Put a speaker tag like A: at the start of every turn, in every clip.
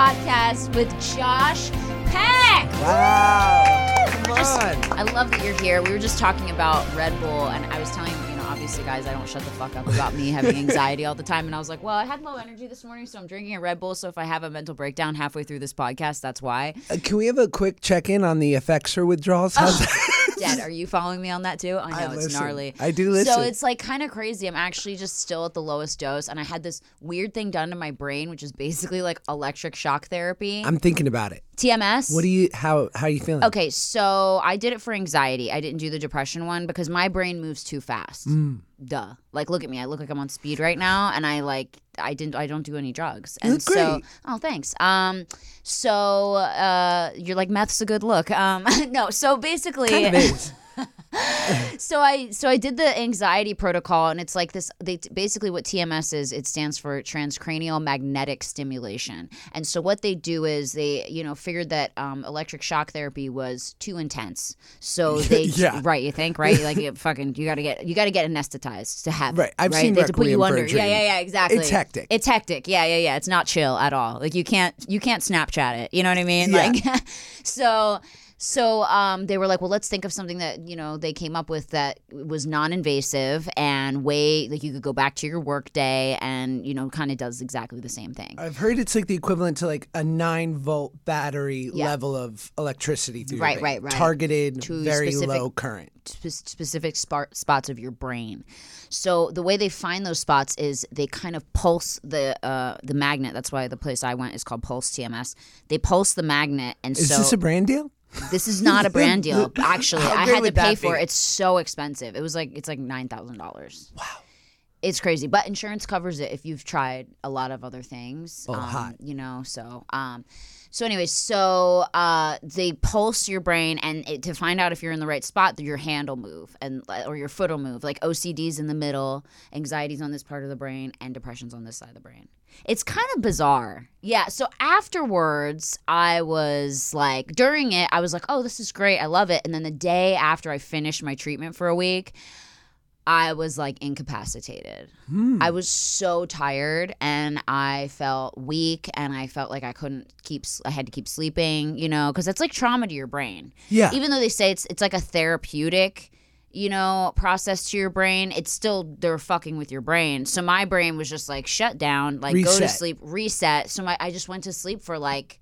A: Podcast with Josh Peck.
B: Wow. Come
A: Just-
B: on.
A: I love that you're here. We were just talking about Red Bull, and I was telling you, you know, obviously, guys, I don't shut the fuck up about me having anxiety all the time. And I was like, well, I had low energy this morning, so I'm drinking a Red Bull. So if I have a mental breakdown halfway through this podcast, that's why.
B: Uh, Can we have a quick check in on the effects or withdrawals? How's
A: Oh.
B: that?
A: Dad, are you following me on that too? I know
B: I
A: it's
B: listen.
A: gnarly.
B: I do listen.
A: So it's like kind of crazy. I'm actually just still at the lowest dose, and I had this weird thing done to my brain, which is basically like electric shock therapy.
B: I'm thinking about it.
A: TMS.
B: What do you? How how are you feeling?
A: Okay, so I did it for anxiety. I didn't do the depression one because my brain moves too fast.
B: Mm.
A: Duh. Like look at me. I look like I'm on speed right now and I like I didn't I don't do any drugs. And
B: look
A: so
B: great.
A: oh thanks. Um so uh you're like meth's a good look. Um no, so basically
B: Kind of is.
A: so I so I did the anxiety protocol, and it's like this. They basically what TMS is. It stands for transcranial magnetic stimulation. And so what they do is they you know figured that um, electric shock therapy was too intense. So they
B: Yeah.
A: right you think right like you fucking you gotta get you gotta get anesthetized to have it,
B: Right. I've seen
A: they have to put
B: Requiem
A: you
B: for a
A: under yeah
B: Dream.
A: yeah yeah exactly
B: It's hectic.
A: it's hectic yeah yeah yeah it's not chill at all like you can't you can't Snapchat it you know what I mean
B: Yeah.
A: like so so um, they were like, well, let's think of something that you know they came up with that was non-invasive and way like you could go back to your work day and you know kind of does exactly the same thing.
B: I've heard it's like the equivalent to like a nine volt battery
A: Yeah.
B: level of electricity through your
A: Right,
B: vein.
A: right, right.
B: Targeted,
A: To
B: very
A: specific-
B: low current.
A: sp- specific spar- spots of your brain. So the way they find those spots is they kind of pulse the uh, the magnet. That's why the place I went is called Pulse TMS. They pulse the magnet, and
B: Is
A: so
B: this a brand deal?
A: this is not a brand deal. Actually,
B: How
A: I
B: great
A: had to
B: would that
A: pay for
B: be?
A: it. It's so expensive. It was like it's like nine thousand dollars. Wow. It's crazy, but insurance covers it if you've tried a lot of other things. Oh, um,
B: hot.
A: You know, so um, so anyway, so uh, they pulse your brain, and it, to find out if you're in the right spot, your hand will move, and uh, or your foot will move. Like OCD's in the middle, anxiety's on this part of the brain, and depression's on this side of the brain. It's kind of bizarre. Yeah. So afterwards, I was like, during it, I was like, oh, this is great. I love it. And then the day after I finished my treatment for a week, I was like incapacitated.
B: Hmm.
A: I was so tired and I felt weak and I felt like I couldn't keep, s- I had to keep sleeping, you know, because that's like trauma to your brain.
B: Yeah.
A: Even though they say it's, it's like a therapeutic, you know, process to your brain, it's still, they're fucking with your brain. So my brain was just like shut down, like go to
B: Reset.
A: sleep, reset. So my, I just went to sleep for like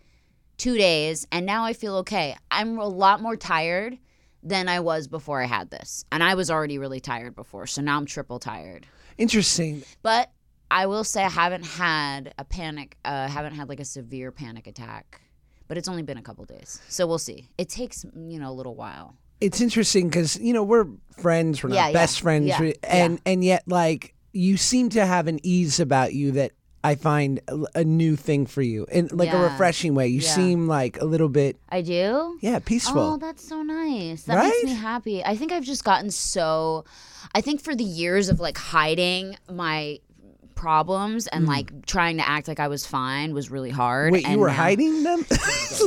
A: two days and now I feel okay. I'm a lot more tired than I was before I had this. And I was already really tired before. So now I'm triple tired.
B: Interesting.
A: But I will say I haven't had a panic, uh, haven't had like a severe panic attack. But it's only been a couple days, so we'll see. It takes you know a little while.
B: it's interesting because you know we're friends we're not
A: Yeah, yeah,
B: best friends
A: yeah,
B: we- and and yet like you seem to have an ease about you that i find a, a new thing for you in like a
A: Yeah.
B: refreshing way you
A: Yeah.
B: seem like a little bit
A: I do.
B: yeah
A: Oh,
B: peaceful
A: that's so nice. That makes
B: Right?
A: me happy. I think I've just gotten so I think for the years of like hiding my problems and like trying to act like I was fine was really hard.
B: Hmm. wait you
A: and
B: were
A: now-
B: hiding them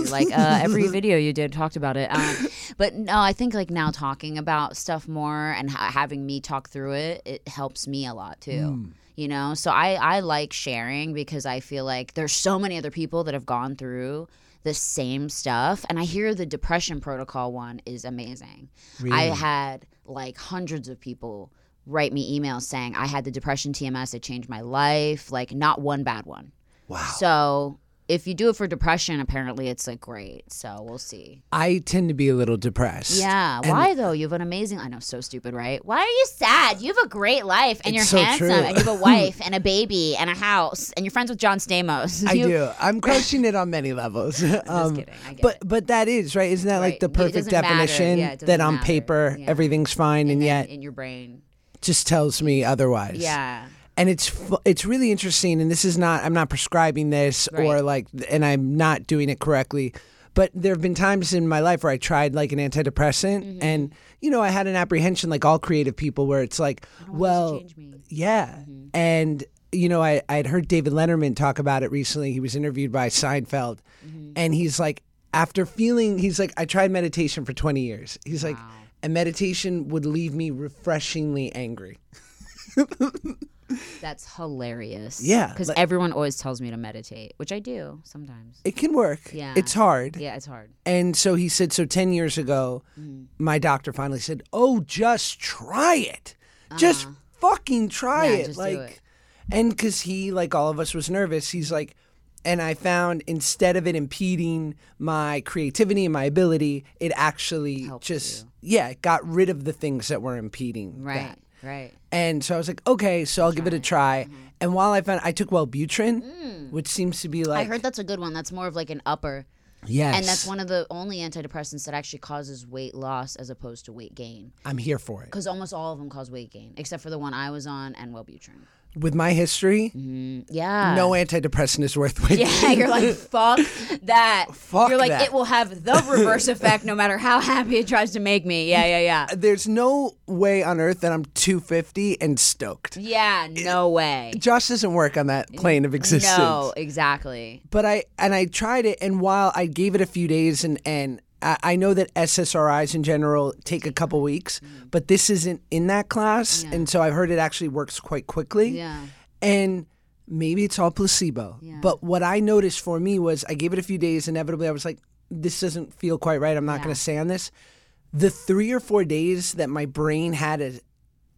A: like uh, every video you did talked about it. Um, but no, I think like now talking about stuff more and ha- having me talk through it, it helps me a lot too. You know, so I I like sharing because I feel like there's so many other people that have gone through the same stuff, and I hear the depression protocol one is amazing. I had like hundreds of people write me emails saying I had the depression TMS, it changed my life, like not one bad one.
B: wow
A: So if you do it for depression, apparently it's like great. So we'll see.
B: i tend to be a little depressed
A: Yeah. Why though? You have an amazing. I know, so stupid, right? Why are you sad? You have a great life, and
B: It's
A: you're
B: so
A: handsome,
B: true.
A: and you have a wife, and a baby, and a house, and you're friends with John Stamos.
B: I
A: You-
B: do. I'm crushing it on many levels. I'm
A: kidding. I get
B: but
A: it.
B: but that is right. Isn't that
A: Right.
B: like the
A: It
B: perfect
A: doesn't matter.
B: definition?
A: Yeah, it doesn't
B: that on
A: matter.
B: paper
A: Yeah.
B: everything's fine, and yet
A: in your brain.
B: just tells me otherwise.
A: Yeah.
B: and it's fu- it's really interesting and this is not i'm not prescribing this or
A: Right.
B: like and i'm not doing it correctly but there have been times in my life where i tried like an antidepressant
A: Mm-hmm.
B: and you know i had an apprehension like all creative people where it's like
A: Oh,
B: well
A: Change me. Mm-hmm.
B: yeah and you know i i'd heard david letterman talk about it recently he was interviewed by seinfeld
A: Mm-hmm.
B: and he's like after feeling he's like i tried meditation for 20 years he's like and meditation would leave me refreshingly angry
A: That's hilarious.
B: Yeah,
A: Because
B: like-
A: everyone always tells me to meditate, which I do sometimes.
B: It can work.
A: Yeah.
B: It's hard.
A: Yeah, it's hard.
B: And so he said, so 10 years ago,
A: Mm.
B: my doctor finally said, oh, just try it. Just fucking try
A: Uh-huh. Yeah,
B: it.
A: just do
B: like,
A: it.
B: and because he, like all of us, was nervous, he's like, and I found instead of it impeding my creativity and my ability, it actually just, yeah, it got rid of the things that were impeding.
A: Right.
B: that.
A: Right.
B: And so I was like, okay, so I'll give it a try.
A: Mm-hmm.
B: And while I found, I took Wellbutrin, which seems to be
A: Mm. I
B: like,
A: heard that's a good one. That's more of like an upper.
B: yes,
A: And that's one of the only antidepressants that actually causes weight loss as opposed to weight gain.
B: I'm here for it.
A: Because almost all of them cause weight gain, except for the one I was on and Wellbutrin.
B: With my history,
A: Yeah.
B: no antidepressant is worth waiting.
A: Uh, Yeah, you're like, fuck that.
B: Fuck
A: you're like,
B: that.
A: it will have the reverse effect no matter how happy it tries to make me. Yeah, yeah, yeah.
B: There's no way on earth that I'm 250 and stoked.
A: Yeah, no way.
B: Josh doesn't work on that plane of existence.
A: No, exactly.
B: But I and I tried it, and while I gave it a few days, and and I, I know that SSRIs in general take a couple weeks,
A: Mm-hmm.
B: but this isn't in that class, and so I've heard it actually works quite quickly.
A: Yeah.
B: and maybe it's all placebo. But what I noticed for me was I gave it a few days. Inevitably, I was like, this doesn't feel quite right. I'm not going to stay on this. The three or four days that my brain had as,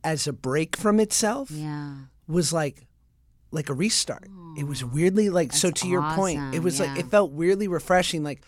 B: as a break from itself
A: Yeah.
B: was like, like a restart. it was weirdly like so. To your point, it
A: awesome.
B: was like
A: Yeah.
B: it felt weirdly refreshing. Like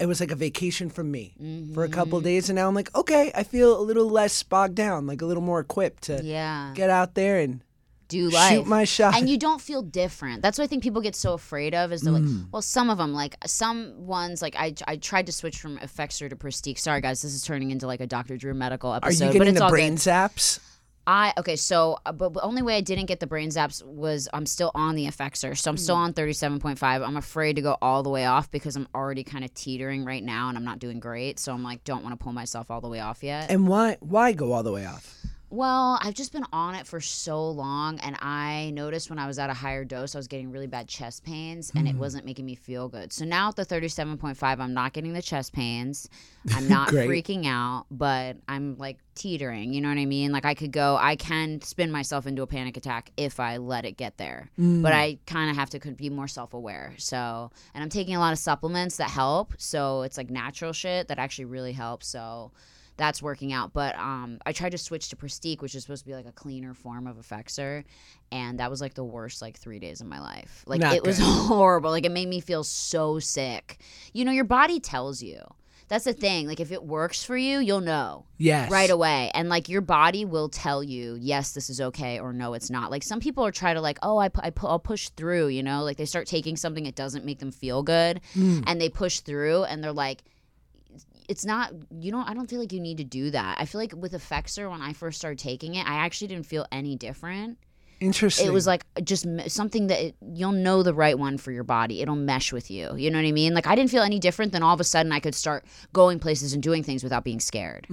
B: it was like a vacation from me for a couple
A: Mm-hmm.
B: days, and now I'm like, okay, I feel a little less bogged down, like a little more equipped to
A: Yeah.
B: get out there and
A: do life.
B: my shot.
A: And you don't feel different. That's what I think people get so afraid of is they're
B: Mm.
A: like, well, some of them, like some ones, like I, I tried to switch from Effexor to Prestige. Sorry, guys, this is turning into like a Dr. Drew medical
B: Are
A: episode.
B: you
A: but
B: getting
A: it's
B: the
A: all
B: brain
A: good.
B: zaps?
A: I okay, so uh, but the only way I didn't get the brain zaps was I'm still on the effexor, so I'm
B: Mm.
A: still on 37.5. I'm afraid to go all the way off because I'm already kind of teetering right now, and I'm not doing great. So I'm like, don't want to pull myself all the way off yet.
B: And why why go all the way off?
A: Well, I've just been on it for so long, and I noticed when I was at a higher dose, I was getting really bad chest pains, and it wasn't making me feel good. So now at the 37.5, I'm not getting the chest pains. I'm not
B: Great.
A: freaking out, but I'm like teetering. You know what I mean? Like I could go, I can spin myself into a panic attack if I let it get there, but I kind of have to could be more self aware. So, and I'm taking a lot of supplements that help. So it's like natural shit that actually really helps. So, that's working out. But um, I tried to switch to Prestique, which is supposed to be like a cleaner form of Effexor, and that was like the worst like three days of my life. Like
B: Not
A: it was
B: good.
A: horrible. Like it made me feel so sick. You know, your body tells you. That's the thing. Like if it works for you, you'll know
B: Yes.
A: right away and like your body will tell you yes this is okay or no it's not like some people are try to like oh I, pu- I pu- i'll push through you know like they start taking something it doesn't make them feel good
B: Hmm,
A: and they push through and they're like it's not you know i don't feel like you need to do that i feel like with effexor when i first started taking it i actually didn't feel any different
B: Interesting.
A: it was like uh, just m- something that it, you'll know the right one for your body. It'll mesh with you. You know what I mean? Like I didn't feel any different than all of a sudden I could start going places and doing things without being scared,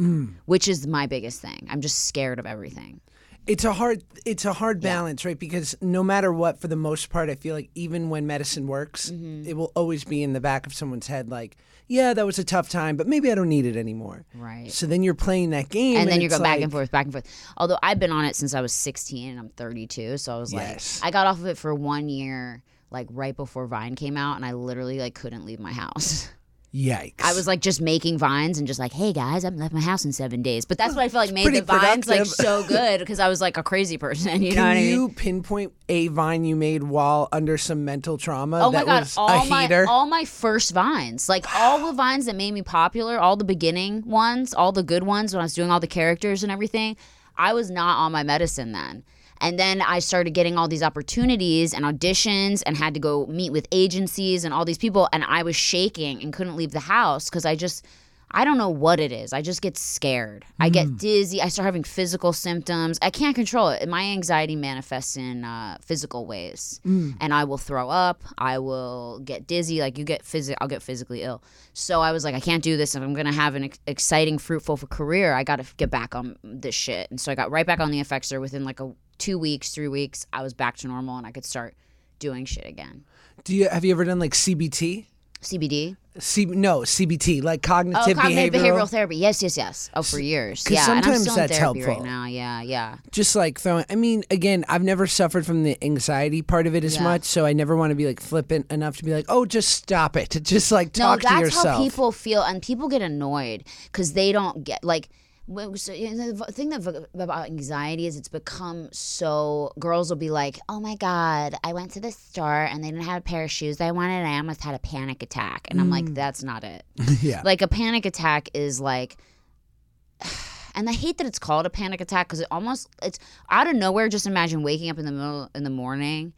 A: which is my biggest thing. I'm just scared of everything.
B: it's a hard it's a hard balance, right? Because no matter what, for the most part, I feel like even when medicine works,
A: Mm-hmm.
B: it will always be in the back of someone's head like, Yeah, that was a tough time, but maybe I don't need it anymore.
A: Right.
B: So then you're playing that game.
A: And then you
B: it's
A: go back and
B: like-
A: forth, back and forth. Although I've been on it since I was 16 and I'm 32, so I was
B: Yes.
A: like, I got off of it for one year, like right before Vine came out, and I literally like couldn't leave my house.
B: Yikes.
A: I was like just making vines and just like, hey guys, I haven't left my house in seven days. But that's what I felt like made
B: pretty
A: the vines like
B: productive.
A: so good because I was like a crazy person. You know what
B: Can
A: I mean?
B: you pinpoint a vine you made while under some mental trauma
A: Oh
B: that
A: my god!
B: was
A: All
B: a
A: my
B: heater?
A: all my first vines, like all the vines that made me popular, all the beginning ones, all the good ones when I was doing all the characters and everything. I was not on my medicine then, and then I started getting all these opportunities and auditions, and had to go meet with agencies and all these people, and I was shaking and couldn't leave the house because I just. I don't know what it is. I just get scared. I get dizzy. I start having physical symptoms. I can't control it. My anxiety manifests in uh, physical ways, and I will throw up. I will get dizzy. Like you get phys- I'll get physically ill. So I was like, I can't do this. If I'm gonna have an ex- exciting, fruitful f- career, I got to get back on this shit. And so I got right back on the effexor within like a two weeks, three weeks. I was back to normal, and I could start doing shit again.
B: Do you have you ever done like CBT?
A: CBD.
B: C- no, CBT, like cognitive,
A: oh, cognitive
B: behavioral.
A: behavioral, therapy. Yes, yes, yes. Oh, for years.
B: 'cause
A: Yeah, and I'm
B: sometimes
A: still
B: that's
A: in therapy
B: helpful.
A: right now. Yeah, yeah.
B: just like throwing. I mean, again, I've never suffered from the anxiety part of it as
A: Yeah.
B: much, so I never want to be like flippant enough to be like, "Oh, just stop it. Just like
A: No,
B: talk to
A: that's
B: yourself."
A: how people feel, and people get annoyed because they don't get like. w- So, you know, the thing that v- about anxiety is it's become so girls will be like, "Oh my god, I went to the store and they didn't have a pair of shoes I wanted. and I almost had a panic attack." And I'm
B: Mm.
A: like, "That's not it.
B: yeah,
A: Like a panic attack is like." And I hate that it's called a panic attack because it almost it's out of nowhere. Just imagine waking up in the middle in the morning,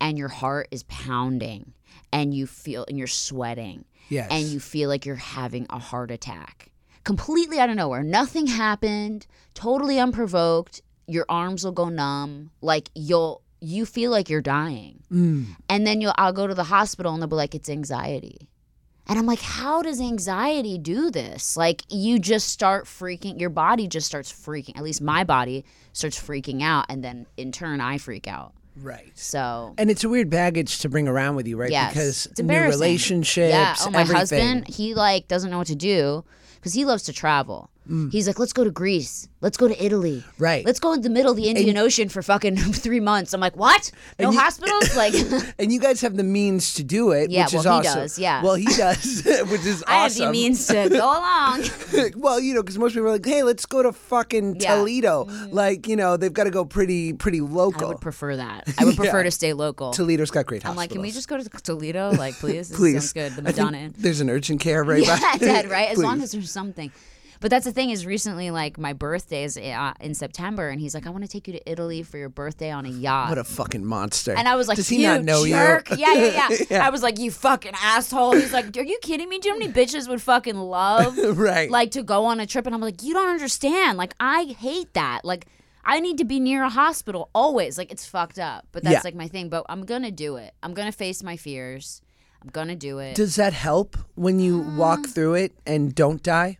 A: and your heart is pounding, and you feel and you're sweating,
B: yes.
A: and you feel like you're having a heart attack completely out of nowhere nothing happened totally unprovoked your arms will go numb like you'll you feel like you're dying
B: Mm.
A: and then you'll i'll go to the hospital and they'll be like it's anxiety and i'm like how does anxiety do this like you just start freaking your body just starts freaking at least my body starts freaking out and then in turn i freak out
B: right.
A: so
B: And it's a weird baggage to bring around with you, right?
A: Yes.
B: Because
A: It's
B: new
A: embarrassing.
B: relationships,
A: Yeah. Oh, my
B: everything.
A: husband, he like doesn't know what to do because he loves to travel. He's like, let's go to Greece. Let's go to Italy.
B: Mm. Right.
A: Let's go in the middle of the Indian Ocean for fucking three months. I'm like, what? No
B: And you-
A: hospitals? like,
B: And you guys have the means to do it,
A: Yeah,
B: which
A: well,
B: is
A: he
B: awesome.
A: does, yeah.
B: Well, he does, which is
A: I have
B: awesome.
A: the means to go along.
B: well, you know, because most people are like, "Hey, let's go to fucking
A: Yeah. Mm-hmm.
B: Toledo." Like, you know, they've got to go pretty, pretty
A: I
B: local.
A: would prefer that. I would prefer to stay local.
B: Toledo's got great hospitals.
A: I'm like, can we just go to Toledo? Like, please, this
B: please?
A: sounds good. The
B: I think
A: Madonna Inn.
B: There's an urgent care right
A: yeah,
B: by.
A: dead, right? As long
B: Please.
A: as there's something. But that's the thing is recently, like my birthday is uh, in September, and he's like, I want to take you to Italy for your birthday on a yacht.
B: What a fucking monster!
A: And I was like,
B: "Does he
A: you
B: not know
A: jerk.
B: you?"
A: Yeah, yeah, yeah, I was like, you fucking asshole. He's like, are you kidding me? Do you know how many bitches would fucking love
B: Right.
A: like to go on a trip? And I'm like, you don't understand. Like, I hate that. Like, I need to be near a hospital always. Like, it's fucked up. But that's
B: Yeah.
A: like my thing. But I'm gonna do it. I'm gonna face my fears. I'm gonna do it.
B: Does that help when you
A: Um.
B: walk through it and don't die?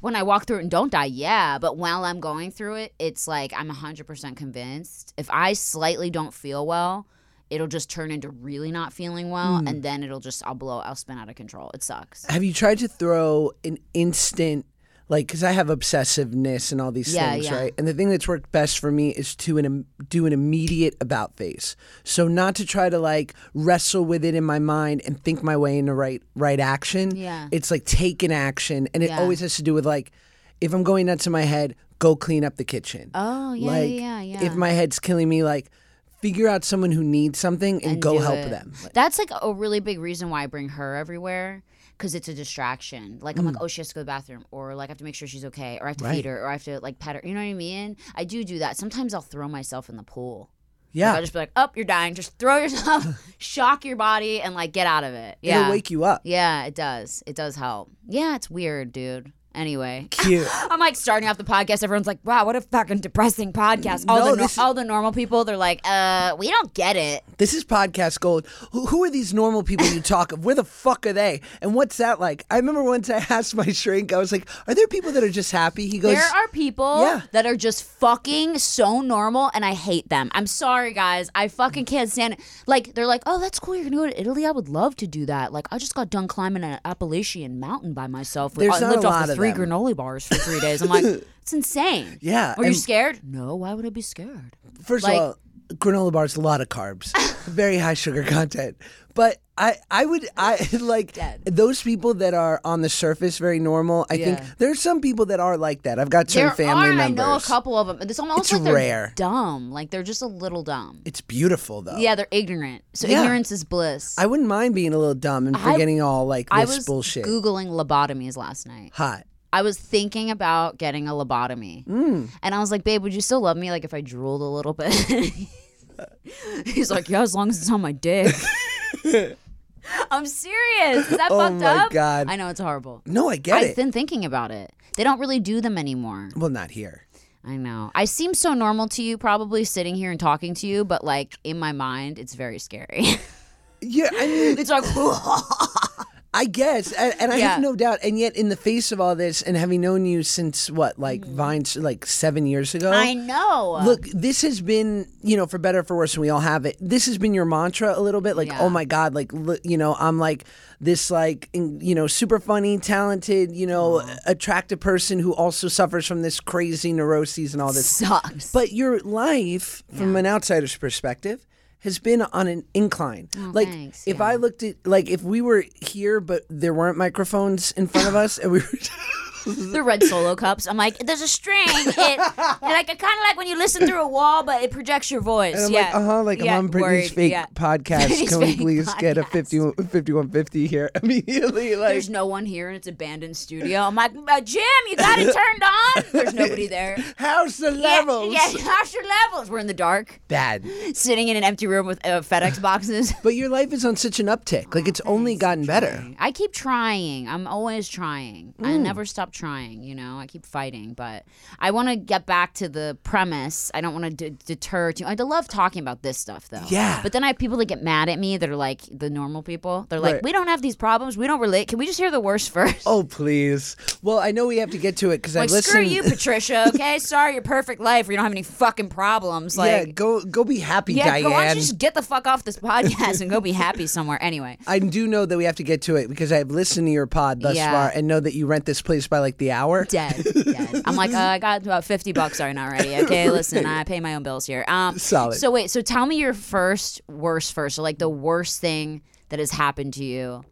A: when I walk through it and don't die, yeah. But while I'm going through it, it's like I'm 100% convinced. If I slightly don't feel well, it'll just turn into really not feeling well.
B: Hmm.
A: And then it'll just, I'll blow, I'll spin out of control. It sucks.
B: Have you tried to throw an instant, like, because I have obsessiveness and all these
A: Yeah,
B: things,
A: yeah.
B: right? And the thing that's worked best for me is to an, im- do an immediate about face. So not to try to like wrestle with it in my mind and think my way into right right action.
A: Yeah.
B: it's like take an action, and it
A: Yeah.
B: always has to do with like, if I'm going nuts in my head, go clean up the kitchen.
A: Oh, yeah,
B: like,
A: yeah, yeah.
B: If my head's killing me, like. Figure out someone who needs something and, go
A: do
B: help
A: it.
B: them.
A: That's like a really big reason why I bring her everywhere because it's a distraction. Like,
B: Mm.
A: I'm like, oh, she has to go to the bathroom, or like, I have to make sure she's okay, or I have to feed her, or I have to like pet her. You know what I mean? I do do that. Sometimes I'll throw myself in the pool.
B: Yeah,
A: I'll just be like, oh, you're dying. Just throw yourself, shock your body, and like get out of it. Yeah.
B: it'll wake you up.
A: Yeah, it does. It does help. Yeah, it's weird, dude. Anyway.
B: Cute.
A: I'm like starting off the podcast. Everyone's like, "Wow, what a fucking depressing podcast." All
B: No,
A: the nor-
B: this is-
A: all the normal people, they're like, "Uh, we don't get it."
B: This is podcast gold. Who, who are these normal people you talk of? Where the fuck are they? And what's that like? I remember once I asked my shrink, I was like, "Are there people that are just happy?" He goes,
A: There are people
B: Yeah.
A: that are just fucking so normal, and I hate them. I'm sorry, guys. I fucking can't stand it. Like, they're like, oh, that's cool. You're gonna go to Italy. I would love to do that. Like, I just got done climbing an Appalachian mountain by myself.
B: There's
A: I
B: not
A: lived
B: a
A: off
B: lot
A: of
B: of
A: three
B: them.
A: granola bars for three days. I'm like, it's insane.
B: Yeah,
A: Were you
B: and-
A: scared? No. Why would I be scared?
B: First
A: Like-
B: of all, granola bars a lot of carbs, very high sugar content. But I, I would, I like
A: Dead.
B: those people that are on the surface very normal. I
A: Yeah.
B: think there's some people that are like that. I've got some
A: there
B: family
A: are.
B: members.
A: I know a couple of them. It's almost
B: It's
A: like they're
B: rare.
A: dumb. Like they're just a little dumb.
B: It's beautiful though.
A: yeah, they're ignorant. So
B: Yeah.
A: ignorance is bliss.
B: I wouldn't mind being a little dumb and
A: I-
B: forgetting all like
A: I
B: this
A: was
B: bullshit.
A: googling lobotomies last night.
B: Hot.
A: I was thinking about getting a lobotomy.
B: Mm.
A: And I was like, babe, would you still love me like if I drooled a little bit? He's like, yeah, as long as it's on my dick. I'm serious. Is that
B: Oh
A: fucked
B: my
A: up?
B: God.
A: I know it's horrible.
B: No, I get
A: I've
B: it.
A: been thinking about it. They don't really do them anymore.
B: well, not here.
A: I know. I seem so normal to you, probably sitting here and talking to you, but like in my mind, it's very scary.
B: Yeah, I mean,
A: it's like,
B: I guess, and, and I
A: Yeah.
B: have no doubt. And yet, in the face of all this, and having known you since what, like Vine's, like seven years ago.
A: Mm. I know.
B: Look, this has been, you know, for better or for worse, and we all have it. This has been your mantra a little bit, like,
A: Yeah.
B: oh my god, like, look, you know, I'm like this, like, in- you know, super funny, talented, you know,
A: Mm-hmm.
B: attractive person who also suffers from this crazy neuroses and all this.
A: sucks.
B: But your life, from an outsider's perspective, has been on an incline. like
A: Oh, thanks.
B: if I looked at like if we were here but there weren't microphones in front of us and we were
A: the red solo cups. I'm like, there's a string. It like kind of like when you listen through a wall, but it projects your voice.
B: I'm
A: yeah.
B: like, uh-huh, like
A: Yeah,
B: I'm on Britney's
A: word,
B: fake
A: yeah.
B: podcast.
A: Britney's
B: Can we
A: fake
B: please get a
A: podcast.
B: 50, 5150 here immediately? Like
A: There's no one here, and it's abandoned studio. I'm like, "Uh, Jim, you got it turned on. There's nobody there.
B: how's the
A: Yeah,
B: levels?
A: Yeah, how's your levels? We're in the dark,
B: Bad.
A: sitting in an empty room with uh, FedEx boxes.
B: But your life is on such an uptick. Like it's only gotten better.
A: I keep trying. I'm always trying.
B: Mm.
A: I never stop trying, you know. I keep fighting, but I want to get back to the premise. I don't want to d- deter too. I love talking about this stuff though.
B: Yeah.
A: But then I have people that get mad at me that are like the normal people. They're like,
B: Right.
A: "We don't have these problems. We don't relate. Can we just hear the worst first?
B: Oh please. Well, I know we have to get to it because
A: like,
B: I listened.
A: screw you, Patricia. Okay, sorry, your perfect life. where you don't have any fucking problems. Like,
B: yeah, go go be happy,
A: yeah,
B: Diane.
A: go, why don't you just get the fuck off this podcast and go be happy somewhere? Anyway,
B: I do know that we have to get to it because I've listened to your pod thus
A: Yeah.
B: far and know that you rent this place by like the hour.
A: dead, dead. I'm like, uh, I got about fifty bucks right now already. Okay, listen, I pay my own bills here. Um,
B: Solid.
A: So wait, so tell me your first worst first, so like the worst thing that has happened to you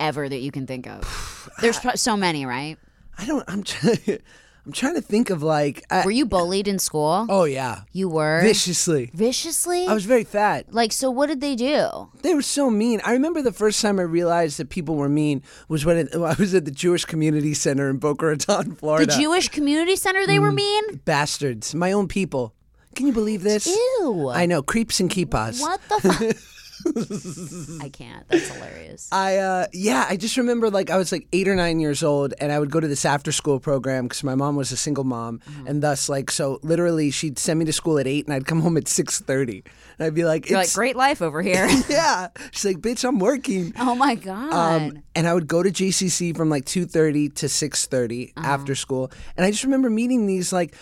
A: ever that you can think of. There's pro- so many, right?
B: I don't. I'm trying. I'm trying to think of like. I,
A: Were you bullied in school?
B: oh yeah,
A: You were
B: viciously.
A: viciously.
B: I was very fat.
A: like, so what did they do?
B: They were so mean. I remember the first time I realized that people were mean was when it, I was at the Jewish Community Center in Boca Raton,
A: The
B: Florida.
A: Jewish community center. They were
B: Mm.
A: mean.
B: Bastards, my own people. Can you believe this?
A: Ew.
B: I know creeps and keepas.
A: What the fuck? I can't. That's hilarious.
B: I uh, yeah, I just remember like I was like eight or nine years old, and I would go to this after school program because my mom was a single mom,
A: Mm-hmm.
B: and thus like so literally she'd send me to school at eight, and I'd come home at six thirty, and I'd be like,
A: You're like,
B: "It's-
A: great life over here.
B: yeah, she's like, bitch, I'm working.
A: oh my god.
B: Um, and I would go to JCC from like two thirty to six
A: Mm-hmm.
B: after school, and I just remember meeting these like,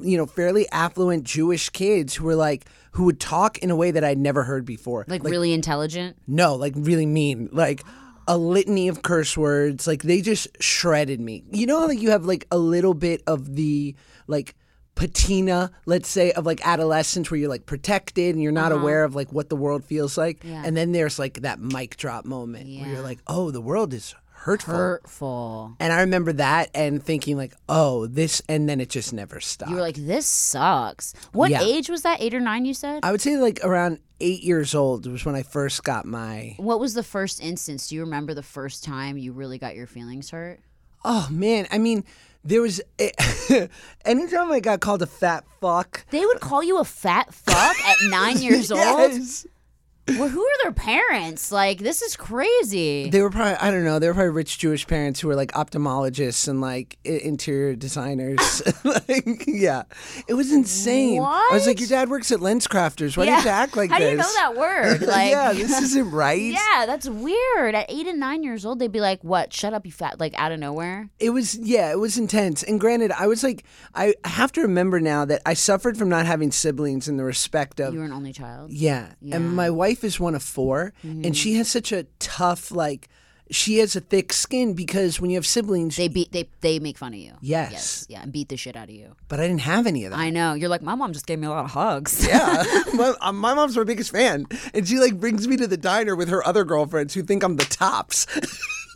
B: you know, fairly affluent Jewish kids who were like who would talk in a way that I'd never heard before,
A: like, really intelligent.
B: No, like really mean. Like a litany of curse words. Like they just shredded me. You know how like you have like a little bit of the like patina, let's say, of like adolescence where you're like protected and you're not aware of like what the world feels like. And then there's like that mic drop moment where you're like, oh, the world is hurtful.
A: Hurtful.
B: and I remember that and thinking like, oh, this and then it just never stopped.
A: You were like, this sucks. What
B: Yeah.
A: age was that? Eight or nine? You said.
B: I would say like around eight years old was when I first got my
A: what was the first instance? Do you remember the first time you really got your feelings hurt?
B: Oh man, I mean, there was anytime I got called a fat fuck.
A: They would call you a fat fuck at nine years old.
B: Yes.
A: Well, who are their parents? Like, this is crazy.
B: They were probably I don't know. They were probably rich Jewish parents who were like ophthalmologists and like i- interior designers. like, yeah, it was insane. I was like, your dad works at Lens Crafters. Why do you have to act like
A: How do
B: this?
A: you know that word? Like,
B: yeah, this isn't right.
A: Yeah, that's weird. At eight and nine years old, they'd be like, "What? Shut up, you fat!" Like out of nowhere.
B: It was yeah, it was intense. And granted, I was like, I have to remember now that I suffered from not having siblings in the respect of
A: You were an only child.
B: Yeah. And my wife is one of 4 and
A: Mm-hmm.
B: she has such a tough, like, she has a thick skin because when you have siblings,
A: They beat. They they make fun of you.
B: Yes.
A: Yeah, and beat the shit out of you.
B: but I didn't have any of that.
A: I know. You're like, my mom just gave me a lot of hugs.
B: yeah. my, uh, my mom's my biggest fan. And she, like, brings me to the diner with her other girlfriends who think I'm the tops.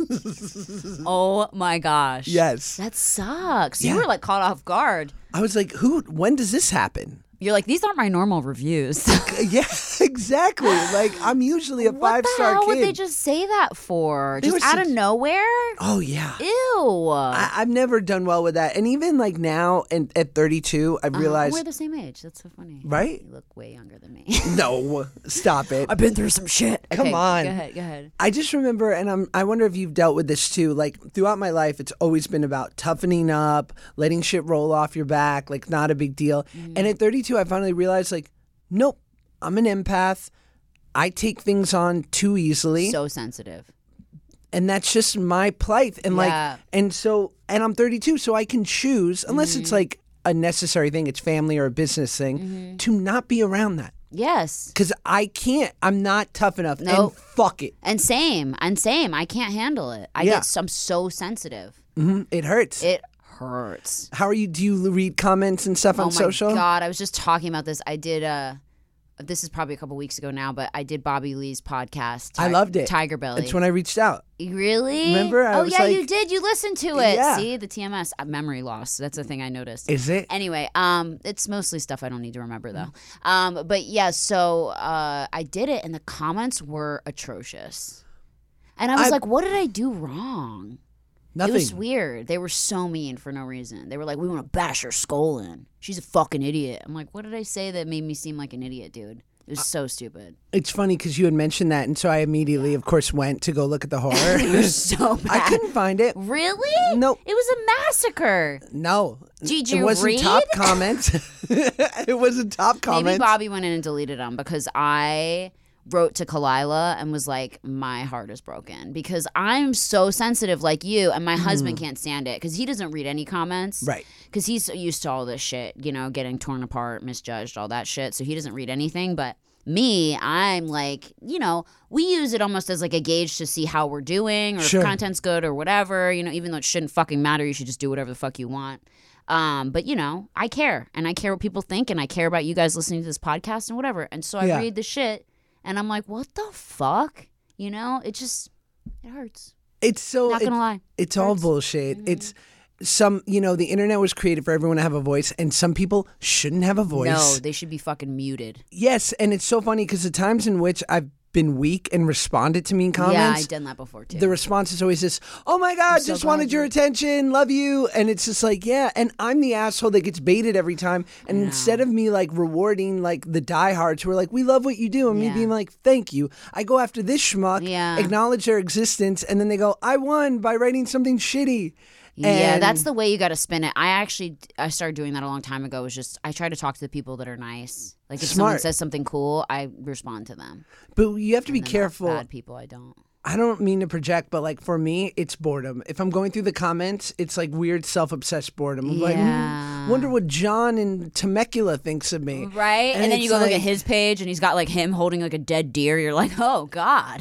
A: oh my gosh.
B: yes.
A: That sucks.
B: Yeah.
A: You were like caught off guard.
B: I was like, who, when does this happen?
A: You're like, these aren't my normal reviews.
B: yeah, exactly. Like, I'm usually a
A: what
B: five
A: the
B: star
A: hell
B: kid.
A: would they just say that for?
B: They
A: just
B: were
A: out
B: such-
A: of nowhere?
B: oh, yeah.
A: Ew.
B: I, I've never done well with that. And even, like, now and at 32, I've
A: Uh,
B: realized,
A: we're the same age. That's so funny.
B: right?
A: You look way younger than me.
B: No, stop it.
A: I've been through some shit.
B: Come
A: Okay,
B: on.
A: Go ahead. Go ahead.
B: I just remember, and I'm, I wonder if you've dealt with this too. Like throughout my life, it's always been about toughening up, letting shit roll off your back, like not a big deal.
A: Mm.
B: And at 32, I finally realized, like, nope, I'm an empath. I take things on too easily.
A: So sensitive.
B: and that's just my plight and
A: Yeah.
B: like and so and i'm 32 so i can choose unless
A: Mm-hmm.
B: it's like a necessary thing it's family or a business thing to not be around that
A: Yes.
B: because i can't i'm not tough enough and
A: Nope.
B: fuck it
A: And same, and same. I can't handle it. I
B: Yeah.
A: get s- I'm so sensitive.
B: Mhm. it hurts
A: It hurts.
B: how are you do you read comments and stuff on
A: oh my
B: social
A: god, I was just talking about this. I did uh this is probably a couple weeks ago now, but I did Bobby Lee's podcast.
B: I
A: Ti-
B: loved it.
A: Tiger Belly.
B: it's when i reached out
A: really?
B: Remember? I
A: oh
B: was
A: yeah, you
B: like-
A: did. You listened to it.
B: Yeah.
A: See the TMS uh, memory loss. That's the thing I noticed.
B: is it
A: Anyway, um, it's mostly stuff I don't need to remember though. Um, but yeah, so uh, I did it, and the comments were atrocious. And I was
B: I-
A: like, "What did I do wrong?"
B: nothing
A: It was weird. They were so mean for no reason. They were like, "We want to bash her skull in. She's a fucking idiot." I'm like, "What did I say that made me seem like an idiot, dude?" It was so stupid.
B: it's funny because you had mentioned that and so i immediately of course went to go look at the
A: It
B: horror
A: was so
B: i
A: bad.
B: couldn't find it
A: Really?
B: Nope.
A: It was a massacre.
B: No.
A: Did
B: it
A: you
B: wasn't
A: read?
B: top comments. it wasn't top
A: Maybe
B: comments.
A: Bobby went in and deleted them because I wrote to Kalila and was like, "My heart is broken because I'm so sensitive, like you, and my husband
B: Mm.
A: can't stand it because he doesn't read any comments,
B: Right.
A: Because he's so used to all this shit, you know, getting torn apart, misjudged, all that shit. So he doesn't read anything, but. Me, I'm like, you know, we use it almost as like a gauge to see how we're doing or
B: Sure.
A: if content's good or whatever, you know, even though it shouldn't fucking matter, you should just do whatever the fuck you want. Um, but you know, I care and I care what people think and I care about you guys listening to this podcast and whatever. And so I
B: Yeah.
A: read the shit and I'm like, what the fuck? You know, it just it hurts.
B: it's so
A: Not
B: it-
A: gonna lie. Mm-hmm.
B: it's all bullshit. It's some you know, the internet was created for everyone to have a voice and some people shouldn't have a voice.
A: No, they should be fucking muted.
B: Yes, and it's so funny because the times in which I've been weak and responded to mean
A: yeah,
B: comments.
A: I've done that before too.
B: the response is always this, oh my God, just wanted your attention, love you. And it's just like, yeah. And I'm the asshole that gets baited every time. And instead of me like rewarding like the diehards who are like, we love what you do, and
A: Yeah.
B: me being like, thank you, I go after this schmuck,
A: Yeah.
B: acknowledge their existence, and then they go, I won by writing something shitty.
A: yeah,
B: And-
A: that's the way you got to spin it. I actually I started doing that a long time ago. It Was just I try to talk to the people that are nice. Like if someone
B: Smart.
A: says something cool, I respond to them.
B: But you have to be
A: And the
B: careful.
A: Bad people, I don't.
B: I don't mean to project, but like for me, it's boredom. If I'm going through the comments, it's like weird self obsessed boredom. I'm like,
A: Yeah.
B: "Hmm, wonder what John in Temecula thinks of me.
A: Right? And, then
B: it's
A: you go look
B: like-
A: at his page and he's got like him holding like a dead deer. You're like, oh God.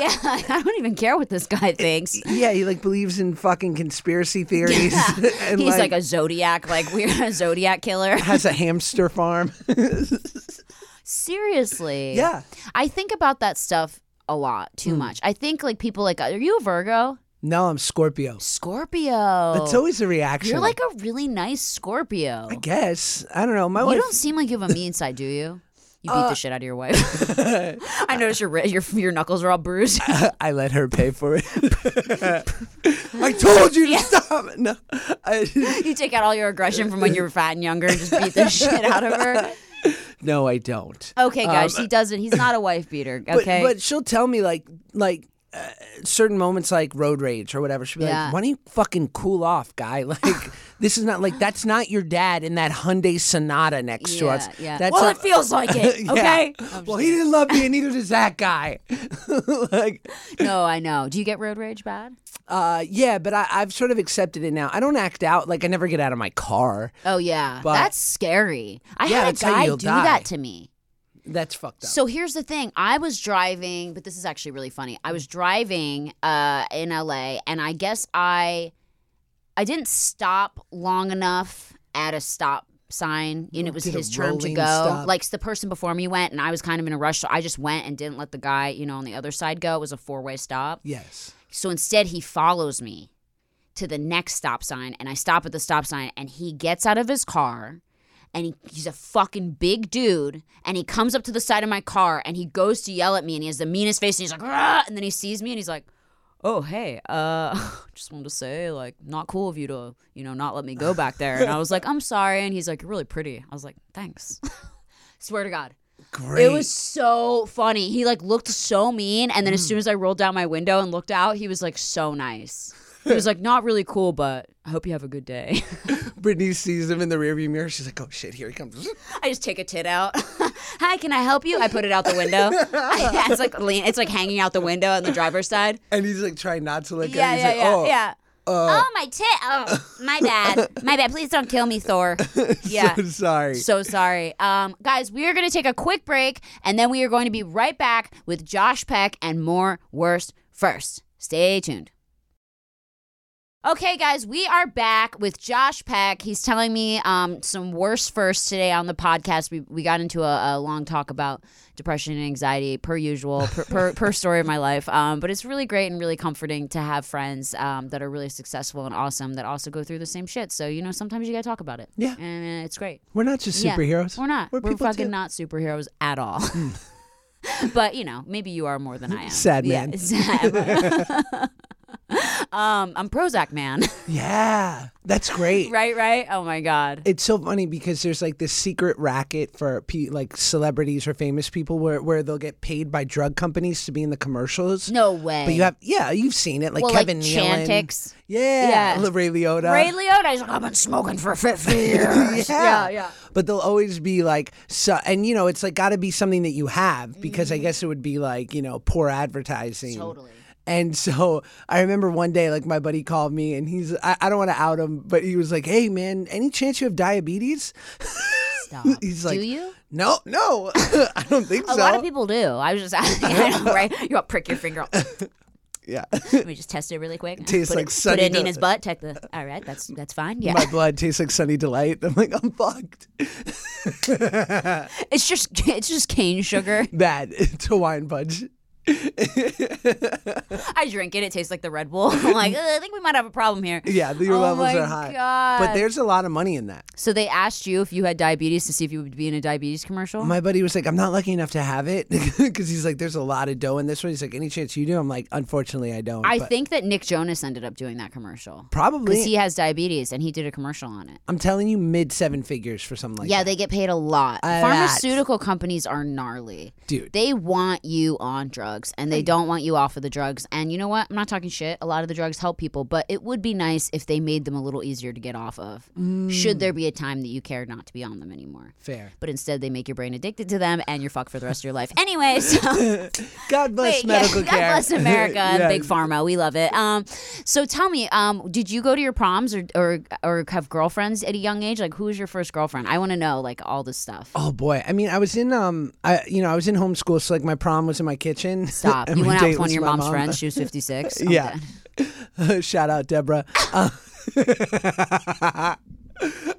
A: Yeah. I don't even care what this guy thinks.
B: Yeah, he like believes in fucking conspiracy theories. and
A: He's like, a zodiac, like we're a zodiac killer.
B: has a hamster farm.
A: Seriously.
B: yeah. Hmm.
A: I think about that stuff a lot too much. I think like people like, are you a Virgo?
B: No, I'm Scorpio.
A: Scorpio.
B: That's always a reaction.
A: You're like a really nice Scorpio.
B: I guess I don't know. My
A: You
B: wife.
A: don't seem like you have a mean side, do you? You beat
B: Uh,
A: the shit out of your wife. I noticed your, ri- your your knuckles are all bruised.
B: I let her pay for it. I told you to stop. No, I,
A: You take out all your aggression from when you were fat and younger and just beat the shit out of her.
B: no, I don't.
A: Okay, guys, he doesn't. He's not a wife beater. Okay.
B: Um, But, but she'll tell me like like uh, certain moments like road rage or whatever. She'll be
A: Yeah.
B: like, "Why don't you fucking cool off, guy? Like this is not like that's not your dad in that Hyundai Sonata next to
A: Yeah,
B: us.
A: yeah.
B: That's
A: well,
B: not-
A: it feels like it.
B: Yeah.
A: Okay.
B: Well, he didn't love me, and neither does that guy. like,
A: no, I know. Do you get road rage bad?
B: uh, yeah, but I, I've sort of accepted it now. I don't act out. Like, I never get out of my car.
A: Oh yeah,
B: But-
A: that's scary. I
B: Yeah,
A: had a
B: that's how
A: guy
B: you'll
A: do that to
B: die.
A: me.
B: That's fucked up.
A: So here's the thing. I was driving, but this is actually really funny. I was driving uh, in LA, and I guess I I didn't stop long enough at a stop sign, and it was
B: Did a
A: his turn to
B: rolling
A: go.
B: stop.
A: Like the person before me went, and I was kind of in a rush, so I just went and didn't let the guy, you know, on the other side go. It was a four way stop.
B: yes.
A: So instead, he follows me to the next stop sign, and I stop at the stop sign, and he gets out of his car, and he, he's a fucking big dude, and he comes up to the side of my car, and he goes to yell at me, and he has the meanest face, and he's like, "Rah!" and then he sees me, and he's like, "Oh hey, uh, just wanted to say, like, not cool of you to, you know, not let me go back there." And I was like, "I'm sorry," and he's like, "You're really pretty." I was like, "Thanks." Swear to God.
B: Great.
A: It was so funny. Mm. He like looked so mean, and then as soon as I rolled down my window and looked out, he was like so nice. he was like, not really cool, but I hope you have a good day.
B: Brittany sees him in the rearview mirror. She's like, oh shit, here he comes.
A: I just take a tit out. Hi, can I help you? I put it out the window. it's like lean, it's like hanging out the window on the driver's side.
B: And he's like trying not to look
A: Yeah,
B: at it. He's
A: yeah,
B: like,
A: yeah,
B: oh.
A: yeah.
B: uh,
A: oh my tit! Oh, my bad, my bad. Please don't kill me, Thor. Yeah.
B: So sorry.
A: So sorry. Um, guys, we are going to take a quick break and then we are going to be right back with Josh Peck and more Worst First. Stay tuned. Okay, guys, we are back with Josh Peck. He's telling me um, some worst first today on the podcast. We, we got into a, a long talk about depression and anxiety, per usual, per, per, per story of my life. Um, but it's really great and really comforting to have friends um, that are really successful and awesome that also go through the same shit. So, you know, sometimes you got to talk about it.
B: Yeah.
A: And it's great.
B: We're not just
A: Yeah,
B: superheroes.
A: We're not. We're,
B: We're people
A: fucking
B: too. Hmm.
A: not superheroes at all. but you know, maybe you are more than I am.
B: Sad
A: Yeah,
B: man.
A: sad. um, I'm Prozac man.
B: Yeah. That's great.
A: right, right. Oh my god.
B: It's so funny because there's like this secret racket for pe- like celebrities or famous people where, where they'll get paid by drug companies to be in the commercials.
A: No way.
B: But you have, yeah, you've seen it, like
A: well,
B: Kevin
A: like
B: Nealon.
A: Chantix.
B: Yeah,
A: Yeah.
B: Ray Liotta.
A: Ray Liotta. He's like, I've been smoking for fifty years. yeah, yeah.
B: But they'll always be like, so, and you know, it's like got to be something that you have because I guess it would be like, you know, poor advertising.
A: Mm-hmm. Totally.
B: And so I remember one day, like my buddy called me and he's, I, I don't want to out him, but he was like, hey man, any chance you have diabetes?
A: Stop.
B: He's
A: do
B: like,
A: you?
B: No, no, I don't think
A: A
B: so.
A: lot of people do. I was just, I know, right? You want to prick your finger.
B: yeah.
A: Let me just test it really quick.
B: Tastes
A: put
B: like
A: it, put
B: Sunny
A: it in
B: Delight.
A: his butt. Check the. All right, that's that's fine. Yeah.
B: my blood tastes like Sunny Delight. I'm like, I'm fucked.
A: It's just it's just cane sugar.
B: Bad. It's Hawaiian punch.
A: I drink it. It tastes like the Red Bull. I'm like, "Ugh, I think we might have a problem here.
B: Yeah, your
A: Oh
B: levels
A: my
B: are high.
A: God.
B: But there's a lot of money in that.
A: So they asked you if you had diabetes to see if you would be in a diabetes commercial.
B: My buddy was like, I'm not lucky enough to have it because he's like, there's a lot of dough in this one. He's like, any chance you do? I'm like, unfortunately, I don't.
A: I
B: but
A: think that Nick Jonas ended up doing that commercial
B: probably.
A: because he has diabetes and he did a commercial on it.
B: I'm telling you, mid seven figures for something like
A: yeah,
B: that.
A: they get paid a lot.
B: A
A: Pharmaceutical companies are gnarly.
B: Dude.
A: They want you on drugs and they don't want you off of the drugs. And you know what? I'm not talking shit. A lot of the drugs help people, but it would be nice if they made them a little easier to get off of.
B: Mm.
A: Should there be a time that you care not to be on them anymore?
B: Fair.
A: but instead they make your brain addicted to them and you're fucked for the rest of your life. Anyway, so
B: God
A: Wait,
B: bless
A: yeah,
B: medical
A: God
B: care.
A: bless America and
B: Yes.
A: big pharma. We love it. Um, so tell me, um, did you go to your proms or, or or have girlfriends at a young age? Like, who was your first girlfriend? I want to know like all this stuff.
B: Oh boy! I mean, I was in um, I you know, I was in homeschool, so like my prom was in my kitchen.
A: Stop.
B: and
A: You
B: my
A: went out
B: date
A: with one
B: was
A: of your
B: my
A: mom's
B: mom.
A: friends. She was 56. I'm
B: Yeah.
A: dead.
B: Shout out Deborah. Uh,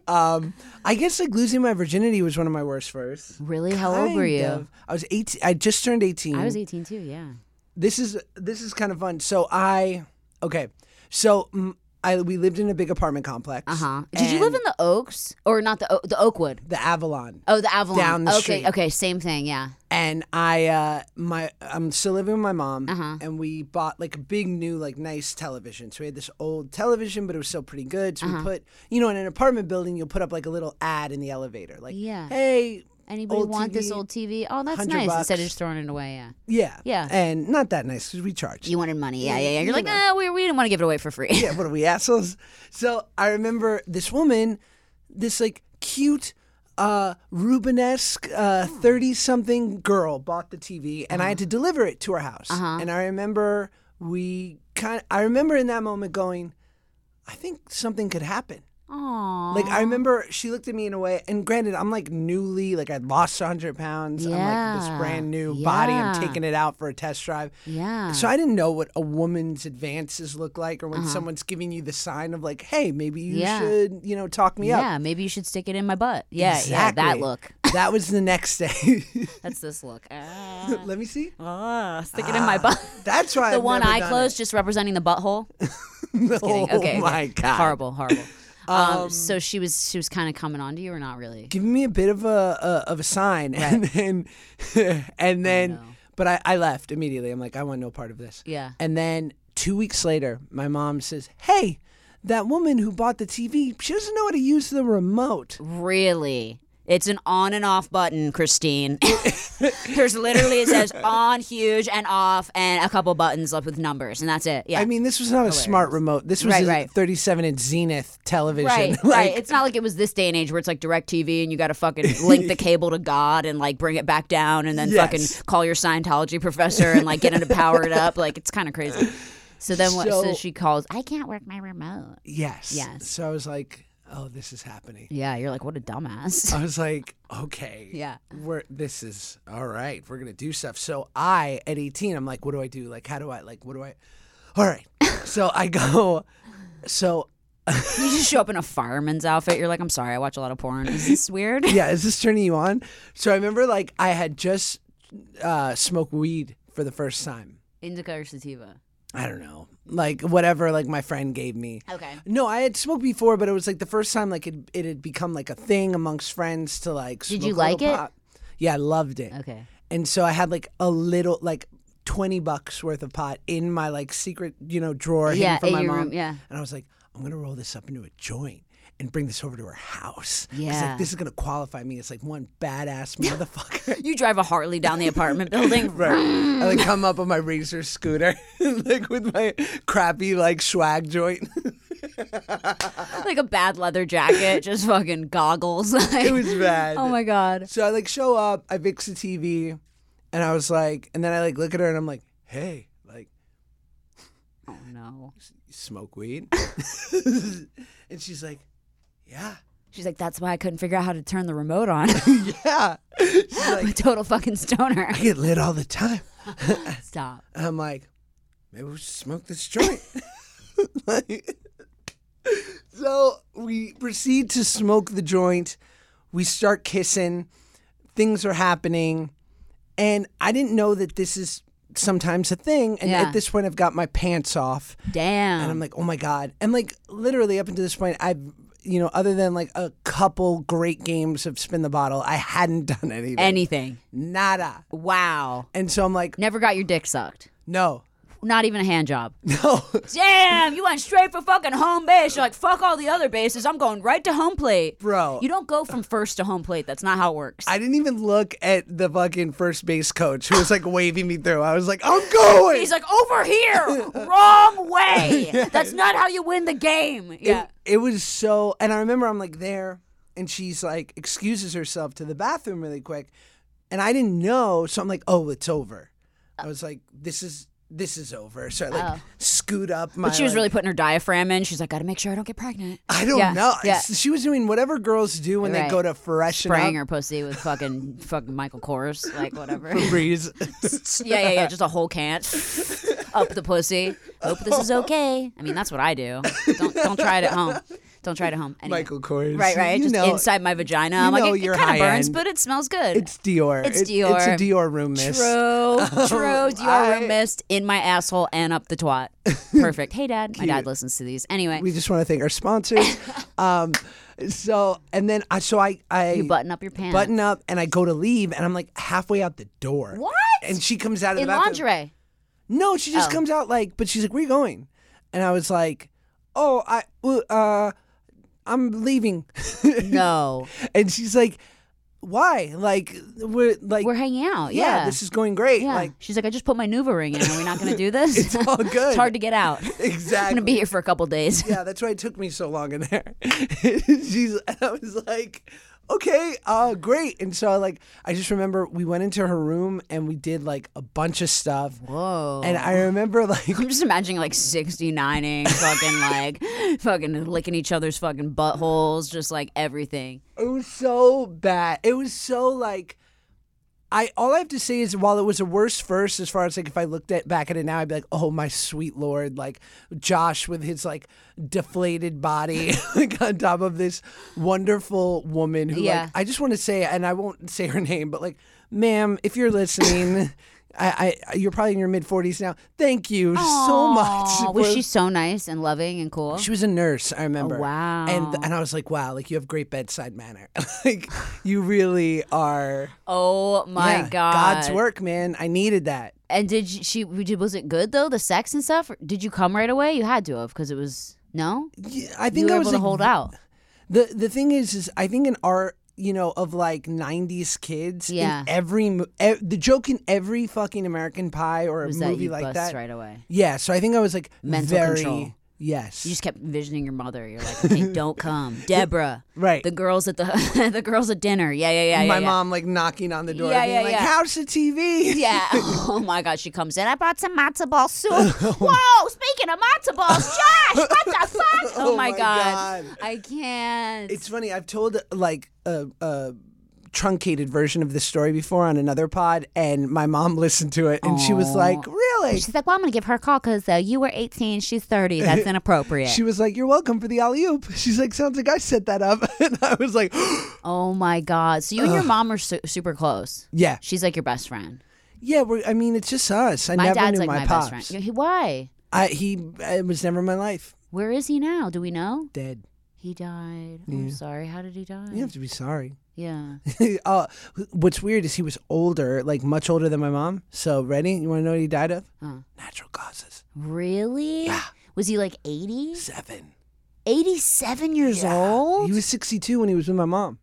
B: um, I guess like losing my virginity was one of my worst firsts.
A: Oh, Really? How old were
B: Kind
A: you?
B: of. I was eighteen. I just turned eighteen.
A: I was 18 too, yeah.
B: this is this is kind of fun. So I okay. So mm, I we lived in a big apartment complex.
A: Uh huh. Did you live in the Oaks or not the O- the Oakwood?
B: the Avalon?
A: Oh, the Avalon.
B: Down the
A: okay,
B: street.
A: okay, same thing, yeah.
B: And I uh my I'm still living with my mom,
A: Uh-huh.
B: and we bought like a big new like nice television. So we had this old television, but it was still pretty good. So
A: Uh-huh.
B: we put you know in an apartment building, you'll put up like a little ad in the elevator, like
A: Yeah.
B: hey.
A: Anybody
B: old
A: want this
B: TV,
A: old TV? Oh, that's
B: 100
A: nice. Instead
B: bucks.
A: of just throwing it away, yeah.
B: Yeah,
A: Yeah.
B: and not that nice because we charge.
A: You wanted money. Yeah, yeah, yeah. You're
B: you
A: like,
B: know.
A: ah, we, we didn't want to give it away for free.
B: yeah, what are we assholes? So I remember this woman, this like cute, uh, Rubenesque, uh, thirty-something girl bought the TV, and I had to deliver it to her house.
A: Uh-huh.
B: And I remember we kind. I remember in that moment going, I think something could happen.
A: Aw.
B: Like I remember she looked at me in a way, and granted, I'm like newly, like I'd lost 100 pounds. I'm like
A: Yeah.
B: this brand new body. I'm
A: Yeah.
B: taking it out for a test drive.
A: yeah.
B: So I didn't know what a woman's advances look like or when someone's giving you the sign of like, hey, maybe you
A: Uh-huh. Yeah.
B: should, you know, talk me
A: yeah, maybe you should stick it in my butt. Yeah, yeah, that
B: Exactly.
A: look.
B: up. That was the next day.
A: That's this look. Ah,
B: Let me see.
A: ah, stick it in my butt.
B: That's why
A: the
B: I've
A: one
B: never
A: eye
B: done
A: closed, just representing the butthole.
B: It.
A: Just kidding.
B: Oh
A: Okay. okay.
B: my god.
A: Horrible, horrible. Um, so she was she was kind of coming on to you or not really?
B: Giving me a bit of a, a of a sign, and then and then,
A: no.
B: but I, I left immediately. I'm like, I want no part of this.
A: Yeah.
B: And then two weeks later, my mom says, "Hey, that woman who bought the TV, she doesn't know how to use the remote."
A: Really? It's an on and off button, Christine. There's literally it says on huge and off and a couple buttons up with numbers and that's it. Yeah.
B: I mean, this was not a smart remote. This was
A: Right,
B: a
A: right.
B: 37 inch Zenith television.
A: Right,
B: Like,
A: right. It's not like it was this day and age where it's like direct TV and you got to fucking link the cable to God and like bring it back down and then
B: Yes.
A: fucking call your Scientology professor and like get him to power it up. Like it's kind of crazy. So then what? So,
B: So-
A: she calls, I can't work my remote.
B: Yes.
A: Yes.
B: So I was like, oh, this is happening.
A: Yeah, you're like, what a dumbass.
B: I was like, okay.
A: Yeah.
B: We're this is all right. We're gonna do stuff. So I at 18, I'm like, what do I do? Like, how do I like what do I all right. so I go so
A: you just show up in a fireman's outfit. You're like, I'm sorry, I watch a lot of porn. Is this weird?
B: yeah, is this turning you on? So I remember like I had just uh smoked weed for the first time.
A: Indica or sativa?
B: I don't know. Like whatever like my friend gave me.
A: Okay.
B: No, I had smoked before, but it was like the first time like it, it had become like a thing amongst friends to like.
A: Did
B: smoke
A: you
B: a little
A: like it?
B: pot. Yeah, I loved it.
A: Okay.
B: And so I had like a little like twenty bucks worth of pot in my like secret you know drawer
A: Yeah,
B: hidden from
A: in
B: my
A: your
B: mom.
A: room, yeah.
B: And I was like, I'm gonna roll this up into a joint. And bring this over to her house. 'Cause,
A: Yeah.
B: like, this is gonna qualify me as like one badass motherfucker.
A: You drive a Harley down the apartment building.
B: I like come up on my razor scooter, like with my crappy like swag joint.
A: like a bad leather jacket, just fucking goggles. Like,
B: it was bad.
A: oh my god.
B: So I like show up, I fix the TV, and I was like, and then I like look at her and I'm like, hey, like,
A: Oh no.
B: you smoke weed? and she's like, yeah,
A: She's like, that's why I couldn't figure out how to turn the remote on.
B: yeah. She's
A: I'm a
B: like,
A: total fucking stoner.
B: I get lit all the time.
A: Stop.
B: And I'm like, maybe we should smoke this joint. like, so we proceed to smoke the joint. We start kissing. Things are happening. And I didn't know that this is sometimes a thing. And
A: Yeah.
B: at this point, I've got my pants off. And I'm
A: Damn.
B: like, oh my God. And like, literally, up until this point, I've, you know, other than like a couple great games of Spin the Bottle, I hadn't done anything.
A: Anything.
B: Nada.
A: Wow.
B: And so I'm like,
A: Never got your dick sucked.
B: no,
A: Not even a hand job.
B: no.
A: Damn, you went straight for fucking home base. You're like, fuck all the other bases. I'm going right to home plate.
B: Bro.
A: You don't go from first to home plate. That's not how it works.
B: I didn't even look at the fucking first base coach who was like waving me through. I was like, I'm going.
A: He's like, over here, wrong way. That's not how you win the game. Yeah.
B: It was so, and I remember I'm like there, and she's like excuses herself to the bathroom really quick, and I didn't know, so I'm like, oh, it's over. I was like, this is this is over. So I like scoot up my.
A: Oh. But she was
B: like-
A: really putting her diaphragm in. She's like, gotta make sure I don't get pregnant.
B: I don't
A: Yeah,
B: know.
A: yeah.
B: She was doing whatever girls do when
A: Right.
B: they go to freshen
A: Spraying
B: up.
A: her pussy with fucking fucking Michael Kors, like whatever.
B: Breeze.
A: yeah, yeah, yeah. Just a whole can up the pussy. Hope this is okay. I mean, that's what I do. Don't don't try it at home. Don't try it at home. Anyway.
B: Michael Kors.
A: Right, right.
B: You
A: Just
B: know,
A: inside my vagina. I'm like,
B: know
A: it,
B: you're
A: kind of
B: high
A: burns,
B: end.
A: but it smells good.
B: It's Dior.
A: It's
B: It- It's
A: Dior.
B: a Dior room mist.
A: True, true. Dior
B: Oh, I-
A: mist in my asshole and up the twat. Perfect. Hey, Dad. My dad listens to these. Anyway,
B: We just want to thank our sponsors. um, so and then I so I I
A: you button up your pants.
B: button up and I go to leave and I'm like halfway out the door.
A: What?
B: And she comes out of
A: in
B: the bathroom.
A: lingerie.
B: No, she just
A: Oh.
B: comes out like, but she's like, "Where you going?" And I was like, "Oh, I well, uh, I'm leaving."
A: No,
B: and she's like, "Why? Like we're like
A: we're hanging out.
B: yeah,
A: Yeah,
B: this is going great.
A: Yeah.
B: Like
A: She's like, I just put my Nuva ring in. Are we not going to do this? it's
B: all good.
A: hard to get out. I'm going
B: exactly."
A: to be here for a couple days.
B: yeah, that's why it took me so long in there. She's, and I was like, okay, uh, great. And so, like, I just remember we went into her room and we did like a bunch of stuff.
A: Whoa.
B: And I remember like,
A: I'm just imagining like 69ing, fucking like, fucking licking each other's fucking buttholes, just like everything.
B: it was so bad. It was so like, I all I have to say is while it was a worst first, as far as like if I looked at back at it now, I'd be like, oh my sweet lord, like Josh with his like deflated body, like on top of this wonderful woman who
A: Yeah.
B: like I just want to say, and I won't say her name, but like, ma'am, if you're listening. I, I you're probably in your mid 40s now. Thank you so
A: Aw,
B: much.
A: was
B: for-
A: she so nice and loving and cool?
B: she was a nurse, I remember.
A: Oh, wow.
B: And and I was like, wow, like you have great bedside manner. like you really are
A: Oh my
B: Yeah,
A: god,
B: God's work, man. I needed that.
A: And did you- she? did- Was it good though? The sex and stuff? Or Did you come right away? You had to have because it was no.
B: Yeah, I
A: You
B: think
A: were
B: I
A: able
B: was
A: to
B: like,
A: hold out.
B: The the thing is is I think in our you know, of like '90s kids. in
A: Yeah.
B: every mo- e- the joke in every fucking American Pie or a
A: was that
B: movie
A: you
B: like
A: bust
B: that.
A: right away.
B: Yeah. So I think I was like
A: Mental
B: very
A: control.
B: yes.
A: You just kept envisioning your mother. You're like, okay, don't come, Deborah.
B: Right.
A: The girls at the the girls at dinner. Yeah, yeah, yeah. yeah,
B: my
A: yeah.
B: mom like knocking on the door,
A: Yeah,
B: being
A: yeah,
B: like,
A: yeah.
B: "How's the TV?"
A: Yeah. Oh my God. She comes in. I brought some matzo ball soup.
B: Oh.
A: Whoa. Speaking of matzo balls, Josh, what the fuck? Oh, my, God. I can't.
B: It's funny. I've told like a, a truncated version of this story before on another pod, and my mom listened to it, and she was like, "Really?"
A: She's like, well, I'm gonna give her a call because uh, you were 18, she's 30. That's inappropriate.
B: She was like, "You're welcome for the alley oop." She's like, "Sounds like I set that up," and I was like,
A: oh my God. So you and your mom are su- super close.
B: "Yeah,
A: She's like your best friend.
B: yeah." We're, I mean, it's just us. I
A: My
B: never
A: dad's
B: knew
A: like
B: my,
A: my
B: pops.
A: best friend. He- Why?
B: I, he it was never in my life.
A: Where is he now? Do we know?
B: Dead.
A: He died. Oh, I'm sorry. How did he die?
B: You have to be sorry.
A: Yeah.
B: uh, what's weird is he was older, like much older than my mom. So, ready? You want to know what he died of?
A: Huh.
B: Natural causes.
A: Really? Was he like 80?
B: Seven.
A: 87 years old?
B: He was 62 when he was with my mom.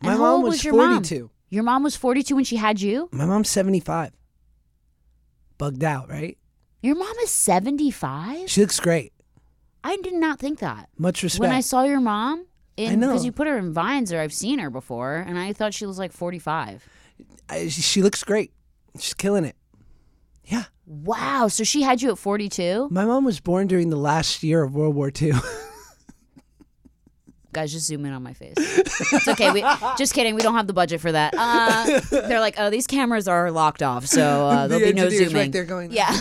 A: And
B: My
A: how
B: mom
A: old
B: was,
A: was your mom?
B: 42.
A: Your mom was 42 when she had you?
B: My mom's 75. Bugged out, right?
A: Your mom is 75?
B: She looks great.
A: I did not think that.
B: Much respect.
A: When I saw your mom, in
B: know.
A: because you put her in Vines or I've seen her before, and I thought she was like 45.
B: I- she- she looks great. She's killing it. Yeah.
A: Wow. So she had you at 42?
B: My mom was born during the last year of World War II.
A: Guys, just zoom in on my face. It's okay. We, just kidding. We don't have the budget for that. Uh, they're like, oh, these cameras are locked off, so uh,
B: The
A: there'll be no
B: engineer's
A: zooming.
B: right there Uh, going,
A: yeah.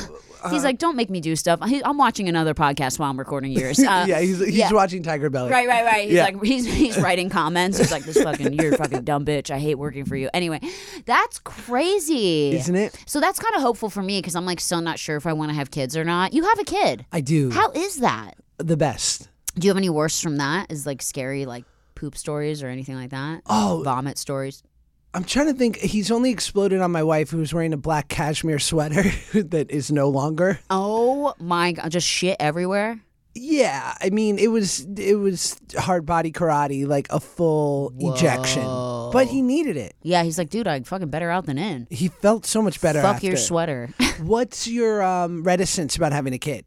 A: he's like, don't make me do stuff. He, I'm watching another podcast while I'm recording yours. Uh,
B: yeah, he's, he's
A: yeah.
B: watching Tiger Belly.
A: Right, right, right. He's
B: Yeah.
A: like he's, he's writing comments. He's like, "This fucking you're a fucking dumb bitch. I hate working for you." Anyway, that's crazy,
B: Isn't it?
A: So that's kind of hopeful for me because I'm like still not sure if I want to have kids or not. You have a kid.
B: I do.
A: How is that?
B: the best.
A: Do you have any worse from that? Is like scary like poop stories or anything like that?
B: Oh,
A: Vomit stories.
B: I'm trying to think. He's only exploded on my wife, who's wearing a black cashmere sweater that is no longer.
A: Oh my god, just shit everywhere.
B: Yeah, I mean, it was it was hard body karate, like a full ejection. But he needed it.
A: Yeah, he's like, dude, I fucking better out than in.
B: He felt so much better.
A: Fuck
B: after.
A: your sweater.
B: What's your um, reticence about having a kid?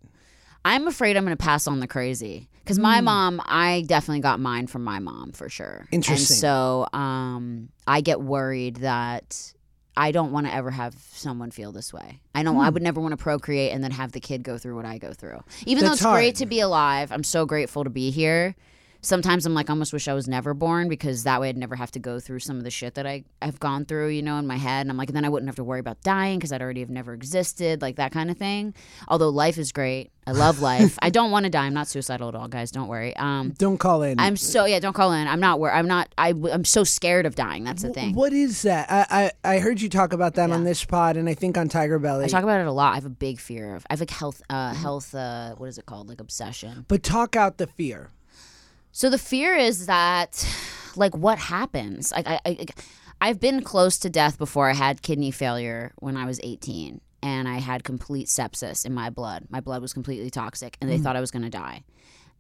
A: I'm afraid I'm going to pass on the crazy because my mom, I definitely got mine from my mom for sure.
B: Interesting.
A: And so um, I get worried that I don't want to ever have someone feel this way. I don't.
B: Hmm.
A: I would never want to procreate and then have the kid go through what I go through. Even though
B: That's
A: it's great
B: hard.
A: to be alive, I'm so grateful to be here. Sometimes I'm like, I almost wish I was never born because that way I'd never have to go through some of the shit that I have gone through, you know, in my head. And I'm like, then I wouldn't have to worry about dying because I'd already have never existed, like that kind of thing. Although life is great, I love life. I don't want to die. I'm not suicidal at all, guys. Don't worry. Um,
B: Don't call in.
A: I'm so yeah. Don't call in. I'm not. Where I'm not. I, am so scared of dying. That's the thing.
B: What is that? I, I I heard you talk about that on this pod, and I think on Tiger Belly.
A: I talk about it a lot. I have a big fear of. I have like health, uh, health. Uh, what is it called? Like obsession.
B: but talk out the fear.
A: So the fear is that, like, what happens? Like, I, I, I've been close to death before. I had kidney failure when I was 18, and I had complete sepsis in my blood. My blood was completely toxic, and they thought I was going to die.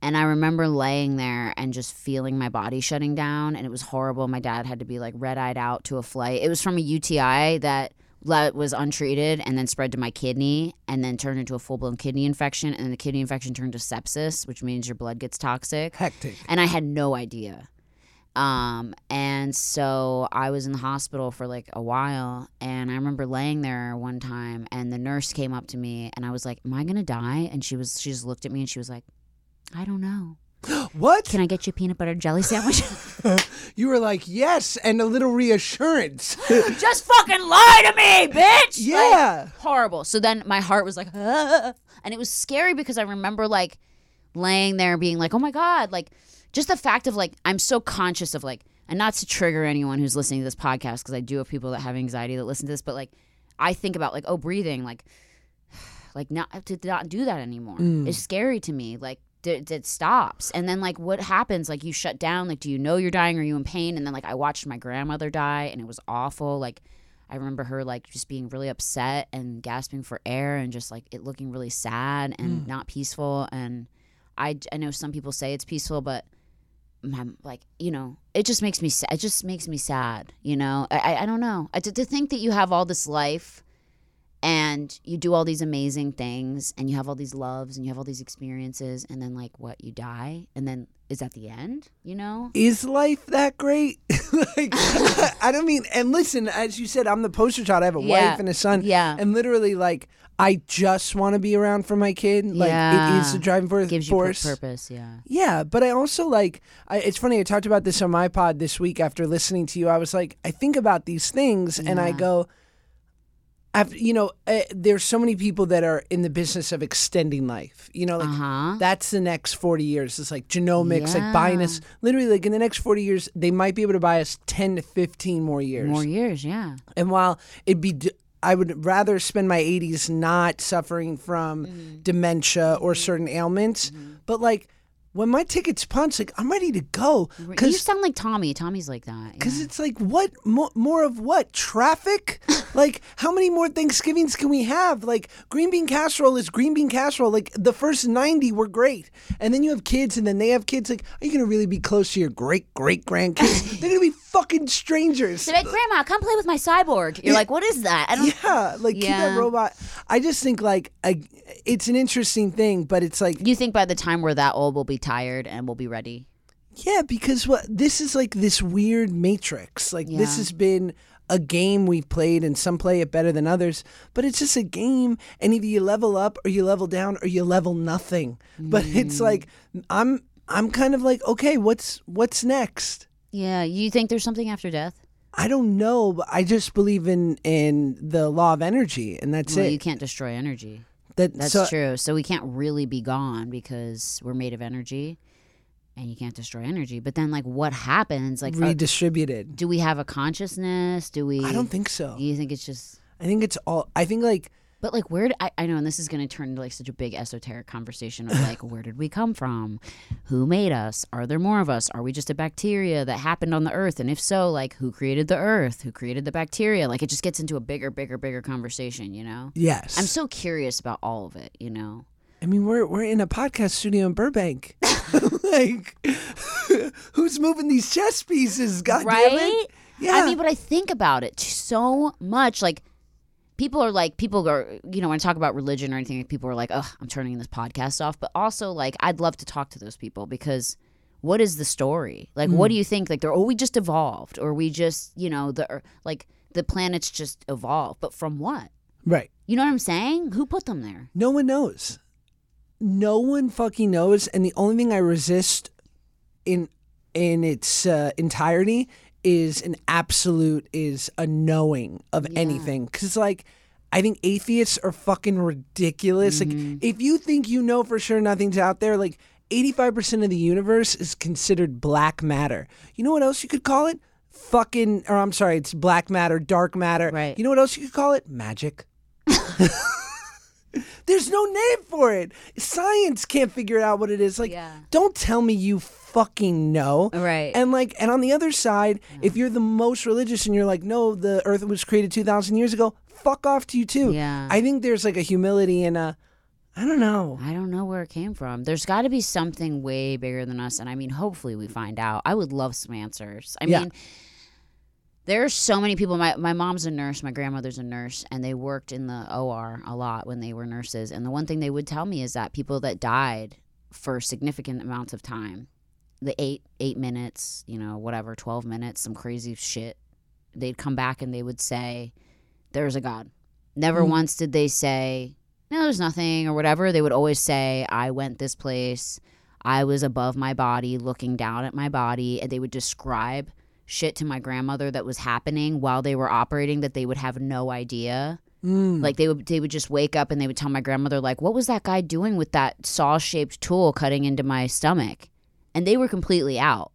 A: And I remember laying there and just feeling my body shutting down, and it was horrible. My dad had to be like red eyed out to a flight. It was from a UTI that le- was untreated and then spread to my kidney and then turned into a full blown kidney infection. And then the kidney infection turned to sepsis, which means your blood gets toxic
B: Hectic.
A: and I had no idea. Um, and so I was in the hospital for like a while, and I remember laying there one time, and the nurse came up to me, and I was like, "Am I gonna die?" And she was, she just looked at me, and she was like, "I don't know.
B: What?
A: Can I get you a peanut butter and jelly sandwich?"
B: you were like yes, and a little reassurance.
A: just fucking lie to me, bitch.
B: Yeah.
A: Like, horrible. So then my heart was like, "Ah." and it was scary because I remember like laying there being like, oh my God, like just the fact of like, I'm so conscious of like, and not to trigger anyone who's listening to this podcast because I do have people that have anxiety that listen to this, but like, I think about like, oh, breathing, like, like not to not do that anymore is scary to me like d- d- it stops and then like what happens like you shut down like do you know you're dying are you in pain and then like i watched my grandmother die and it was awful like i remember her like just being really upset and gasping for air and just like it looking really sad and not peaceful and I, I know some people say it's peaceful but my like you know it just makes me sad it just makes me sad you know i i, I don't know I, to, to think that you have all this life and you do all these amazing things and you have all these loves and you have all these experiences and then like what you die and then is that the end you know
B: Is life that great? like, I don't mean. And listen, as you said, I'm the poster child. I have a
A: Yeah.
B: wife and a son.
A: Yeah.
B: And literally, like, I just want to be around for my kid. Like, it
A: Yeah.
B: is the driving force.
A: gives you pur-
B: force.
A: purpose yeah
B: Yeah, but I also like. I, it's funny. I talked about this on my pod this week after listening to you. I was like, I think about these things, and I
A: Yeah.
B: go. After, you know, uh, there's so many people that are in the business of extending life. You know, like
A: uh-huh
B: that's the next 40 years. It's like genomics, like buying
A: Yeah.
B: us literally like in the next 40 years, they might be able to buy us 10 to 15 more years.
A: more years yeah
B: And while it'd be, d- I would rather spend my 80s not suffering from dementia or certain ailments, but like when my ticket's punched, like I'm ready to go
A: you
B: because.
A: sound like tommy tommy's like that yeah.
B: Because it's like, what more, more of what? Traffic? like, how many more Thanksgivings can we have? Like, green bean casserole is green bean casserole. Like, the first 90 were great. And then you have kids, and then they have kids. Like, are you going to really be close to your great great grandkids? They're going to be fucking strangers.
A: They're like, grandma come play with my cyborg you're like what is that i don't
B: Yeah, like, keep that
A: Yeah.
B: robot. I just think, like, I, it's an interesting thing, but it's like,
A: you think by the time we're that old we'll be tired and we'll be ready
B: Yeah, because what this is like this weird matrix. Like this
A: Yeah.
B: has been a game we've played and some play it better than others, but it's just a game and either you level up or you level down or you level nothing. But
A: Mm.
B: it's like I'm I'm kind of like, okay, what's what's next?
A: yeah you think there's something after death
B: I don't know, but I just believe in in the law of energy and that's
A: well
B: it.
A: you can't destroy energy
B: That-
A: That's
B: so-
A: true. So we can't really be gone because we're made of energy and you can't destroy energy. But then like what happens? Like uh,
B: Redistributed.
A: do we have a consciousness? Do we
B: I don't think so.
A: you think it's just
B: I think it's all I think like
A: but like where d I I I know and this is gonna turn into like such a big esoteric conversation of like where did we come from? Who made us? Are there more of us? Are we just a bacteria that happened on the earth? And if so, like who created the earth? Who created the bacteria? Like it just gets into a bigger, bigger, bigger conversation, you know?
B: yes.
A: I'm so curious about all of it, you know?
B: I mean, we're we're in a podcast studio in Burbank. like, who's moving these chess pieces? God damn
A: right?
B: it! Yeah,
A: I mean, but I think about it so much. Like, people are like, people are, you know, when I talk about religion or anything, people are like, oh, I'm turning this podcast off. But also, like, I'd love to talk to those people because what is the story? Like,
B: Hmm.
A: what do you think? Like, they're, oh, we just evolved, or we just, you know, the, or, like, the planets just evolved. But from what?
B: right.
A: You know what I'm saying? Who put them there?
B: No one knows. No one fucking knows. And the only thing I resist in in its uh, entirety is an absolute is a knowing of anything. Because like. I think atheists are fucking ridiculous. Like, if you think you know for sure nothing's out there, like 85% of the universe is considered black matter. You know what else you could call it? Fucking, or I'm sorry, it's black matter, dark matter.
A: Right.
B: You know what else you could call it? Magic. There's no name for it. Science can't figure out what it is. Like,
A: Yeah.
B: don't tell me you fucking know.
A: Right.
B: And like, and on the other side,
A: Mm.
B: if you're the most religious and you're like, no, the Earth was created two thousand years ago, fuck off to you too.
A: Yeah.
B: I think there's like a humility and a, I don't know.
A: I don't know where it came from. There's got to be something way bigger than us. And I mean, hopefully we find out. I would love some answers. I
B: Yeah.
A: mean, there are so many people. My, my mom's a nurse, my grandmother's a nurse, and they worked in the OR a lot when they were nurses. And the one thing they would tell me is that people that died for significant amounts of time, the eight, eight minutes, you know, whatever, 12 minutes, some crazy shit, they'd come back and they would say, There's a God. Never
B: Mm.
A: once did they say, no, there's nothing or whatever. They would always say, I went this place. I was above my body, looking down at my body. And they would describe shit to my grandmother that was happening while they were operating that they would have no idea.
B: Mm.
A: Like they would they would just wake up and they would tell my grandmother, like, what was that guy doing with that saw shaped tool cutting into my stomach? And they were completely out.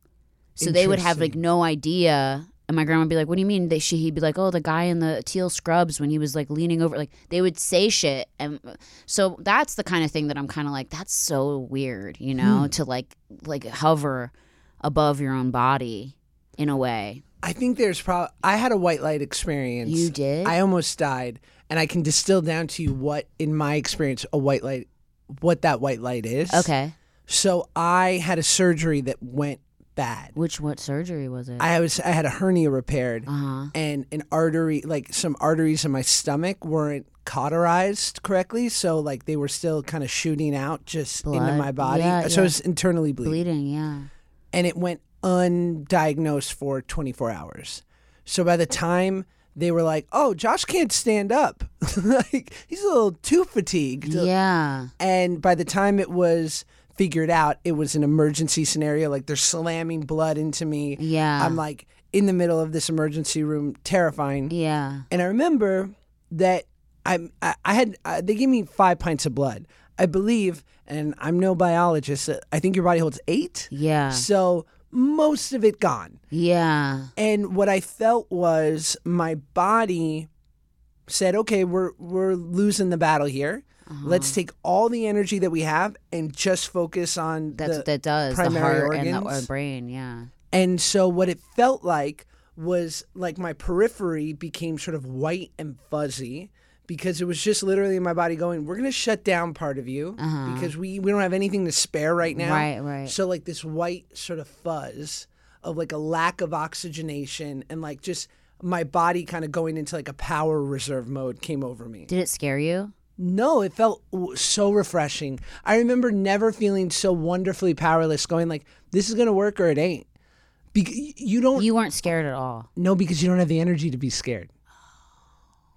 A: So they would have like
B: Interesting.
A: no idea. And my grandma would be like, What do you mean? They, she, he'd be like, Oh, the guy in the teal scrubs when he was like leaning over. Like they would say shit. And so that's the kind of thing that I'm kind of like, That's so weird, you know,
B: Hmm.
A: to like, like hover above your own body in a way.
B: I think there's probably. I had a white light experience.
A: You did?
B: I almost died, and I can distill down to you what, in my experience, a white light, what that white light is.
A: Okay.
B: So I had a surgery that went bad.
A: Which what surgery was it?
B: I was I had a hernia repaired
A: uh-huh.
B: and an artery like some arteries in my stomach weren't cauterized correctly, so like they were still kind of shooting out just into
A: Blood.
B: my body.
A: Yeah,
B: so
A: yeah.
B: it was internally bleeding.
A: Bleeding, yeah.
B: and it went undiagnosed for 24 hours. So by the time they were like, "Oh, Josh can't stand up. like he's a little too fatigued."
A: Yeah.
B: And by the time it was figured out, it was an emergency scenario like they're slamming blood into me.
A: Yeah.
B: I'm like in the middle of this emergency room, terrifying.
A: Uh. yeah.
B: And I remember that I'm, I I had uh, they gave me five pints of blood. I believe, and I'm no biologist. uh, I think your body holds eight.
A: Yeah.
B: So most of it gone.
A: Yeah.
B: And what I felt was my body said, "Okay, we're we're losing the battle here.
A: Uh-huh.
B: Let's take all the energy that we have and just focus on
A: That's
B: the,
A: what that does. The
B: primary
A: heart and the
B: organs.
A: or brain, yeah.
B: And so what it felt like was like my periphery became sort of white and fuzzy because it was just literally my body going, "We're going to shut down part of you
A: Uh-huh.
B: because we we don't have anything to spare right now."
A: Right, right.
B: So like this white sort of fuzz of like a lack of oxygenation and like just my body kind of going into like a power reserve mode came over me.
A: Did it scare you?
B: No, it felt w- so refreshing. I remember never feeling so wonderfully powerless going like this is going to work or it ain't. Bec- you don't
A: You weren't scared at all.
B: no, because you don't have the energy to be scared.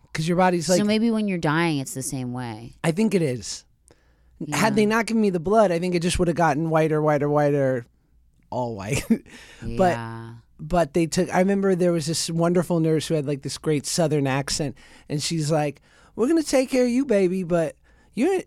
B: Because your body's like,
A: so maybe when you're dying, it's the same way.
B: I think it is. Had they not given me the blood, I think it just would have gotten whiter, whiter, whiter, all white. But-
A: yeah.
B: but they took, I remember there was this wonderful nurse who had like this great southern accent, and she's like, We're going to take care of you, baby, but you're.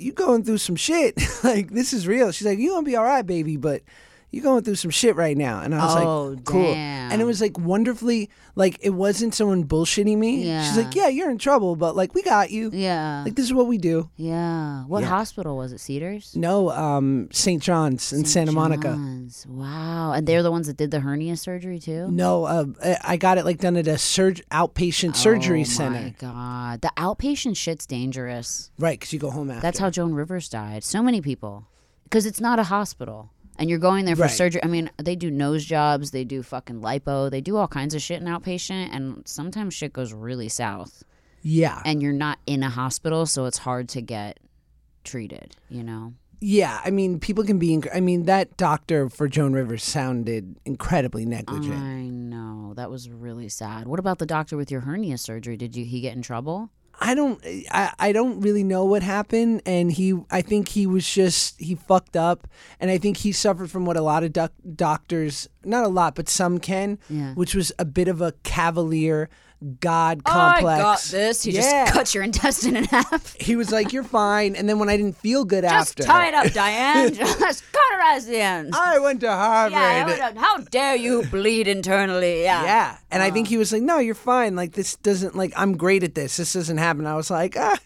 B: You going through some shit? like this is real. She's like, you gonna be all right, baby, but you going through some shit right now. And I was
A: Oh,
B: like, cool. And it
A: damn.
B: was like wonderfully, like it wasn't someone bullshitting me. She's like,
A: Yeah.
B: yeah, you're in trouble, but like we got you.
A: Yeah.
B: Like this is what we do.
A: yeah. What hospital was it? Cedars?
B: No, um, St. John's in Santa Monica.
A: John's. Wow. And they're the ones that did the hernia surgery too?
B: No, uh, I- I got it like done at a surg- outpatient
A: Oh
B: surgery
A: my
B: center.
A: god. The outpatient shit's dangerous.
B: Right, because you go home after.
A: That's how Joan Rivers died. So many people. Because it's not a hospital. And you're going there for
B: Right.
A: surgery. I mean, they do nose jobs, they do fucking lipo, they do all kinds of shit in outpatient, and sometimes shit goes really south.
B: yeah,
A: And you're not in a hospital, so it's hard to get treated, you know?
B: yeah. I mean, people can be. Inc- I mean, that doctor for Joan Rivers sounded incredibly negligent.
A: I know. That was really sad. What about the doctor with your hernia surgery? Did you he get in trouble?
B: I don't. I, I don't really know what happened, and he. I think he was just he fucked up, and I think he suffered from what a lot of doc- doctors, not a lot, but some can,
A: Yeah.
B: which was a bit of a cavalier god complex.
A: Oh, I got this. He
B: Yeah.
A: just cut your intestine in half.
B: He was like, "You're fine," and then when I didn't feel good
A: Just
B: after,
A: tie it up, Diane. Just cauterize the end.
B: I went to Harvard.
A: yeah, I would've- how dare you bleed internally? Yeah. Oh.
B: Yeah. And I think he was like, "No, you're fine. Like this doesn't like I'm great at this. This doesn't happen." I was like, "Ah,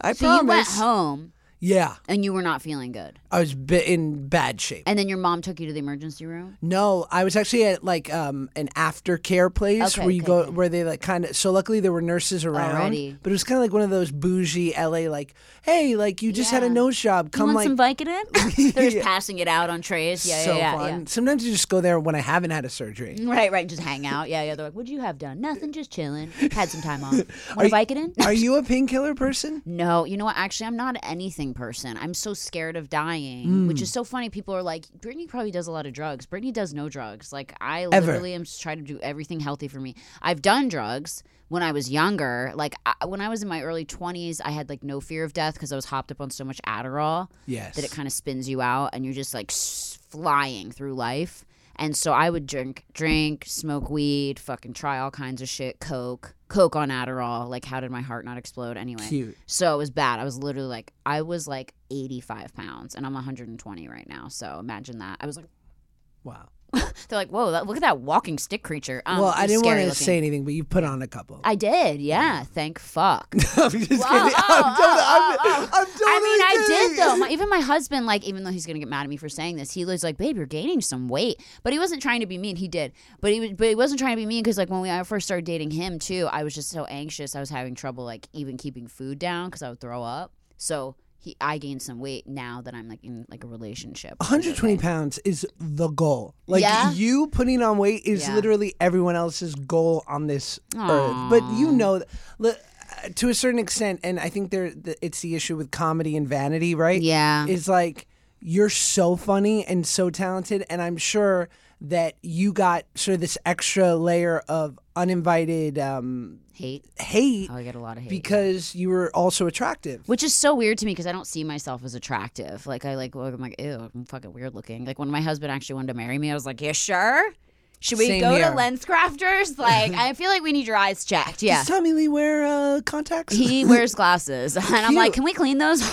B: I
A: So you went
B: promise."
A: home
B: yeah,
A: and you were not feeling good.
B: I was bit in bad shape.
A: And then your mom took you to the emergency room?
B: No, I was actually at like um, an aftercare place
A: Okay,
B: where you
A: okay,
B: go
A: okay.
B: where they like kind of. So luckily there were nurses around,
A: Already.
B: but it was kind of like one of those bougie LA like, hey, like you just had
A: Yeah.
B: a nose job,
A: you
B: come
A: want
B: like.
A: some Vicodin? They're just passing it out on trays. Yeah,
B: so
A: yeah, yeah,
B: fun. Sometimes you just go there when I haven't had a surgery.
A: yeah. Right, right. Just hang out. Yeah, yeah. They're like, what'd you have done? Nothing, just chilling. Had some time off. Want a Vicodin?
B: Are you a painkiller person?
A: No, you know what? Actually, I'm not an anything person. I'm so scared of dying, which is so funny. People are like, Brittany probably does a lot of drugs. Brittany does no drugs. Like, I literally am just trying to do everything healthy for me. I've done drugs when I was younger. Like, I, when I was in my early 20s, I had like no fear of death because I was hopped up on so much Adderall
B: Yes.
A: that it kind of spins you out and you're just like s- flying through life. And so I would drink, drink, smoke weed, fucking try all kinds of shit, coke, coke on Adderall. Like, how did my heart not explode anyway?
B: Cute.
A: So it was bad. I was literally like, I was like 85 pounds and I'm 120 right now. So imagine that. I was like,
B: Wow.
A: they're like, whoa, that, look at that walking stick creature. Um,
B: well, I didn't want
A: scary
B: to
A: looking.
B: say Mm. anything, but you put on a couple.
A: I did, yeah. Thank fuck.
B: I'm just kidding.
A: Wow,
B: I'm,
A: oh,
B: totally-
A: oh,
B: I'm-
A: oh,
B: I'm
A: I mean, I
B: totally
A: did
B: kidding.
A: though. My, even my husband, like, even though he's gonna get mad at me for saying this, he was like, "Babe, you're gaining some weight," but he wasn't trying to be mean. He did, but he was, but he wasn't trying to be mean because, like, when we I first started dating him too, I was just so anxious. I was having trouble like even keeping food down because I would throw up. So he, I gained some weight now that I'm like in like a relationship.
B: 120 pounds is the goal. Like
A: Yeah?
B: you putting on weight is
A: Yeah.
B: literally everyone else's goal on this
A: Aw.
B: earth. But you know, th- li- uh, to a certain extent, and I think there th- it's the issue with comedy and vanity, right?
A: Yeah.
B: is like you're so funny and so talented, and I'm sure that you got sort of this extra layer of uninvited um,
A: hate.
B: hate
A: Oh, I get a lot of hate.
B: because you were also attractive.
A: which is so weird to me because I don't see myself as attractive. Like I like look, I'm like ew, I'm fucking weird looking. Like when my husband actually wanted to marry me, I was like, yeah, sure. Should we
B: Same
A: go
B: here.
A: to lens crafters? Like I feel like we need your eyes checked. Yeah.
B: Does Tommy Lee wear uh, contacts?
A: He wears glasses, and I'm like,
B: Cute.
A: can we clean those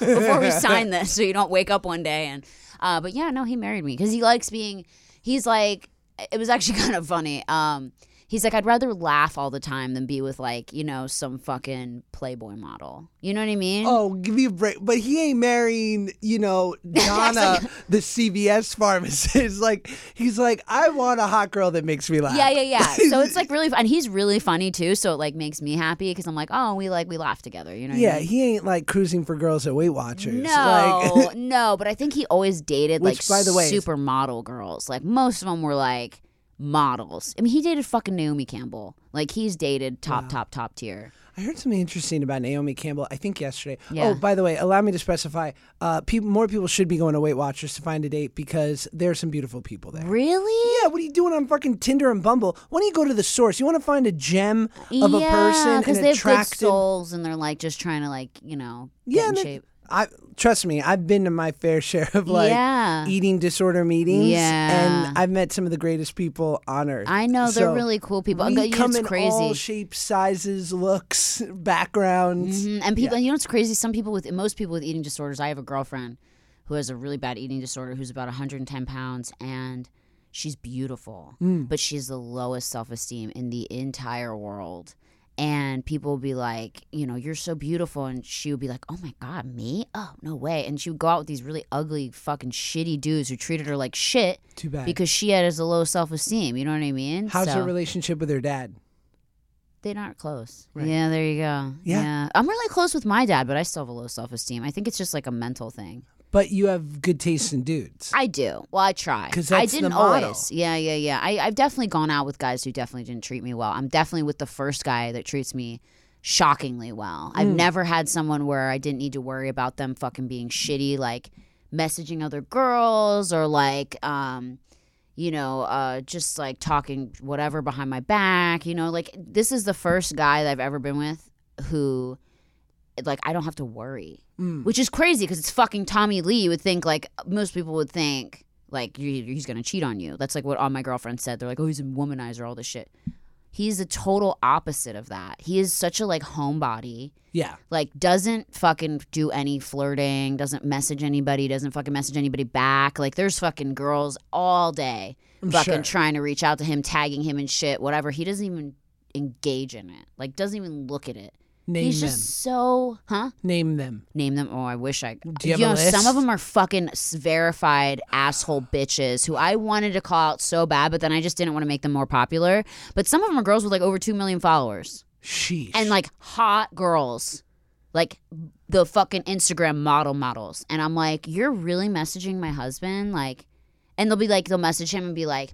A: before we sign this, so you don't wake up one day and. Uh, but yeah, no, he married me because he likes being. He's like, it was actually kind of funny. Um, he's like, I'd rather laugh all the time than be with like you know some fucking Playboy model. You know what I mean?
B: Oh, give me a break. But he ain't marrying, you know, Donna, the CVS pharmacist. Like, he's like, I want a hot girl that makes me laugh.
A: Yeah, yeah, yeah. So it's like really, fun. and he's really funny too. So it like makes me happy because I'm like, oh, we like we laugh together. You know? what I
B: Yeah,
A: mean?
B: he ain't like cruising for girls at Weight Watchers.
A: No,
B: Like,
A: no, but I think he always dated
B: Which,
A: like
B: by the way, is-
A: supermodel girls. Like most of them were like models. I mean, he dated fucking Naomi Campbell. Like he's dated top, top, top tier.
B: I heard something interesting about Naomi Campbell, I think yesterday.
A: Yeah.
B: Oh, by the way, allow me to specify uh, peop more people should be going to Weight Watchers to find a date because there are some beautiful people there.
A: Really?
B: Yeah, what are you doing on fucking Tinder and Bumble? Why don't you go to the source? You want to find a gem of a person
A: because
B: and
A: they have good
B: attractive
A: souls and they're like just trying to like you know
B: yeah,
A: get in
B: and it-
A: shape.
B: I trust me, I've been to my fair share of like
A: Yeah.
B: eating disorder meetings,
A: Yeah.
B: and I've met some of the greatest people on earth.
A: I know they're
B: So,
A: really cool people.
B: We
A: But you know,
B: come
A: it's
B: in
A: crazy.
B: all shapes, sizes, looks, backgrounds.
A: Mhm. And people, you know, it's crazy. Some people with most people with eating disorders. I have a girlfriend who has a really bad eating disorder who's about 110 pounds and she's beautiful, but she has the lowest self esteem in the entire world. And people will be like, you know, you're so beautiful. And she would be like, oh my God, me? Oh, no way. And she would go out with these really ugly, fucking shitty dudes who treated her like shit
B: Too bad.
A: Mm-hmm. because she had as a low self esteem. You know what I mean?
B: How's
A: So-
B: her relationship with her dad?
A: they're not close.
B: Right.
A: Yeah, there you go.
B: Yeah.
A: I'm really close with my dad, but I still have a low self esteem. I think it's just like a mental thing.
B: But you have good taste in dudes.
A: I do. Well, I try.
B: 'Cause
A: I
B: that's the
A: didn't
B: motto.
A: always. Yeah, yeah, yeah. I, I've definitely gone out with guys who definitely didn't treat me well. I'm definitely with the first guy that treats me shockingly well.
B: Mm.
A: I've never had someone where I didn't need to worry about them fucking being shitty, like messaging other girls or like, um, you know, uh, just like talking whatever behind my back. You know, like this is the first guy that I've ever been with who, like, I don't have to worry
B: Mm.
A: which is crazy because it's fucking Tommy Lee. You would think like most people would think like you- he's gonna cheat on you. That's like what all my girlfriends said. They're like, oh, he's a womanizer, all this shit. He's the total opposite of that. He is such a like homebody.
B: Yeah.
A: Like doesn't fucking do any flirting. Doesn't message anybody. Doesn't fucking message anybody back. Like there's fucking girls all day
B: I'm
A: fucking
B: sure.
A: trying to reach out to him, tagging him and shit. Whatever. He doesn't even engage in it. Like doesn't even look at it.
B: Name
A: he's
B: them.
A: just so huh
B: Name them.
A: name them. Oh, I wish I.
B: Do you have a
A: know, some of
B: list?
A: them are fucking s- verified asshole bitches who I wanted to call out so bad, but then I just didn't want to make them more popular. But some of them are girls with like over two million followers
B: Sheesh.
A: and like hot girls, like the fucking Instagram model models. And I'm like, you're really messaging my husband, like, and they'll be like, they'll message him and be like,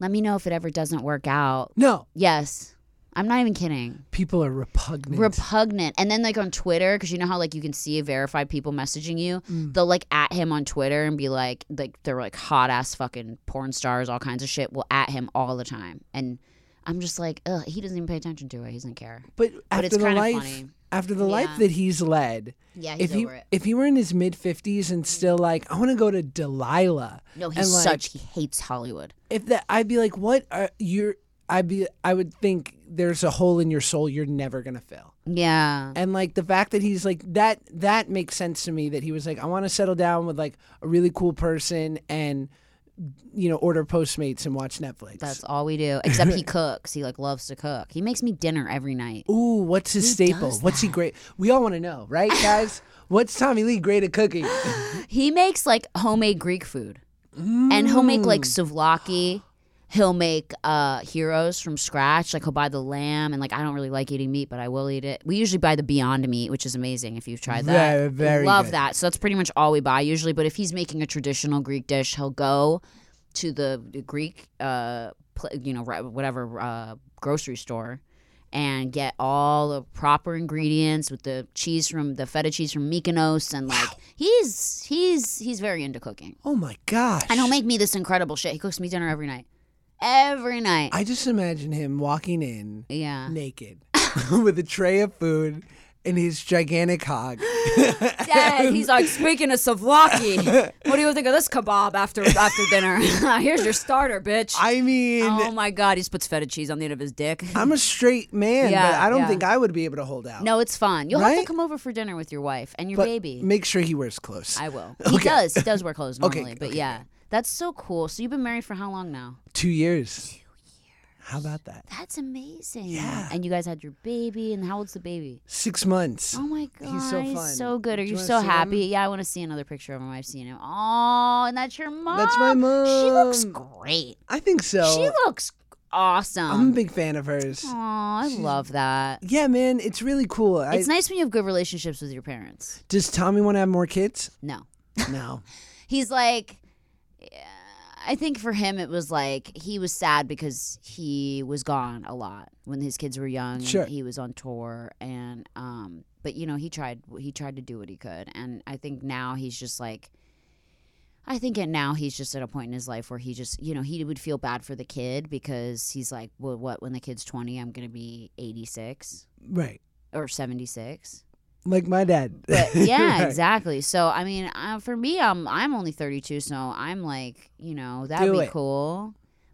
A: let me know if it ever doesn't work out.
B: no,
A: Yes, I'm not even kidding
B: people are repugnant.
A: repugnant and then like on twitter because you know how like you can see verified people messaging you they'll like at him on twitter and be like like they're like hot ass fucking porn stars all kinds of shit will at him all the time and i'm just like Ugh, he doesn't even pay attention to it he doesn't care
B: but after
A: But it's
B: the
A: kinda
B: life,
A: funny.
B: after the
A: Yeah.
B: life that he's led,
A: yeah he's
B: if he
A: over it
B: if he were in his mid fifties and still like, I want to go to Delilah.
A: no
B: and,
A: he's
B: like,
A: such he hates hollywood
B: If that, I'd be like, what are you're? I'd be. I would think there's a hole in your soul you're never gonna fill.
A: yeah
B: And like the fact that he's like that. That makes sense to me. That he was like, I want to settle down with like a really cool person and you know order Postmates and watch Netflix.
A: that's all we do except he cooks he like loves to cook he makes me dinner every night
B: Ooh, what's his staple?
A: does
B: What's he great? We all want to know, right, guys? what's Tommy Lee great at cooking? Mm.
A: he makes like homemade greek food and he'll make like souvlaki he'll make uh heroes from scratch like he'll buy the lamb and like i don't really like eating meat but i will eat it we usually buy the beyond meat which is amazing if you've tried that
B: Very, very
A: love
B: good.
A: that so that's pretty much all we buy usually but if he's making a traditional greek dish he'll go to the the greek uh pl- you know re- whatever uh grocery store and get all the proper ingredients with the cheese from the feta cheese from Mykonos and like he's he's he's very into cooking.
B: Oh my gosh.
A: And he'll make me this incredible shit. He cooks me dinner every night. Every night.
B: I just imagine him walking in
A: yeah.
B: naked with a tray of food and his gigantic hog.
A: Dad, he's like, speaking of Savlaki, what do you think of this kebab after after dinner? Here's your starter, bitch.
B: I mean,
A: oh my god, he just puts feta cheese on the end of his dick.
B: I'm a straight man, but
A: Yeah,
B: I don't
A: yeah.
B: think I would be able to hold out.
A: No, it's fun. You'll have
B: Right?
A: to come over for dinner with your wife and your
B: But
A: baby.
B: Make sure he wears clothes.
A: I will. He does. He does wear clothes
B: Okay,
A: normally, but
B: okay,
A: yeah. That's so cool. So you've been married for how long now?
B: Two years. Two years. How about that?
A: That's amazing. Yeah. And you guys had your baby, and how old's the baby?
B: Six months.
A: Oh my god,
B: He's
A: he's
B: so
A: so,
B: fun.
A: good. Are
B: Do you
A: you
B: wanna
A: so
B: see him?
A: happy? Yeah, I want to see another picture of him. I've seen him. Oh, and that's your mom.
B: That's my
A: She looks
B: mom.
A: great.
B: I think so.
A: she looks
B: I'm a
A: awesome.
B: big fan of hers.
A: Oh, I love that.
B: Yeah, man, it's really cool. I,
A: It's nice when you have good relationships with your parents.
B: does Tommy want to have more kids?
A: No.
B: No.
A: he's like yeah, I think for him it was like he was sad because he was gone a lot when his kids were young. and
B: Sure.
A: he was on tour and um, but you know he tried he tried to do what he could, and I think now he's just like. I think and now he's just at a point in his life where he just, you know, he would feel bad for the kid because he's like, well, what when the kid's twenty, I'm gonna be eighty six
B: right.
A: or seventy six.
B: Like my dad.
A: But yeah,
B: Right.
A: exactly. So I mean, uh, for me, I'm I'm only 32, so I'm like, you know, that'd
B: Do
A: be
B: it.
A: cool.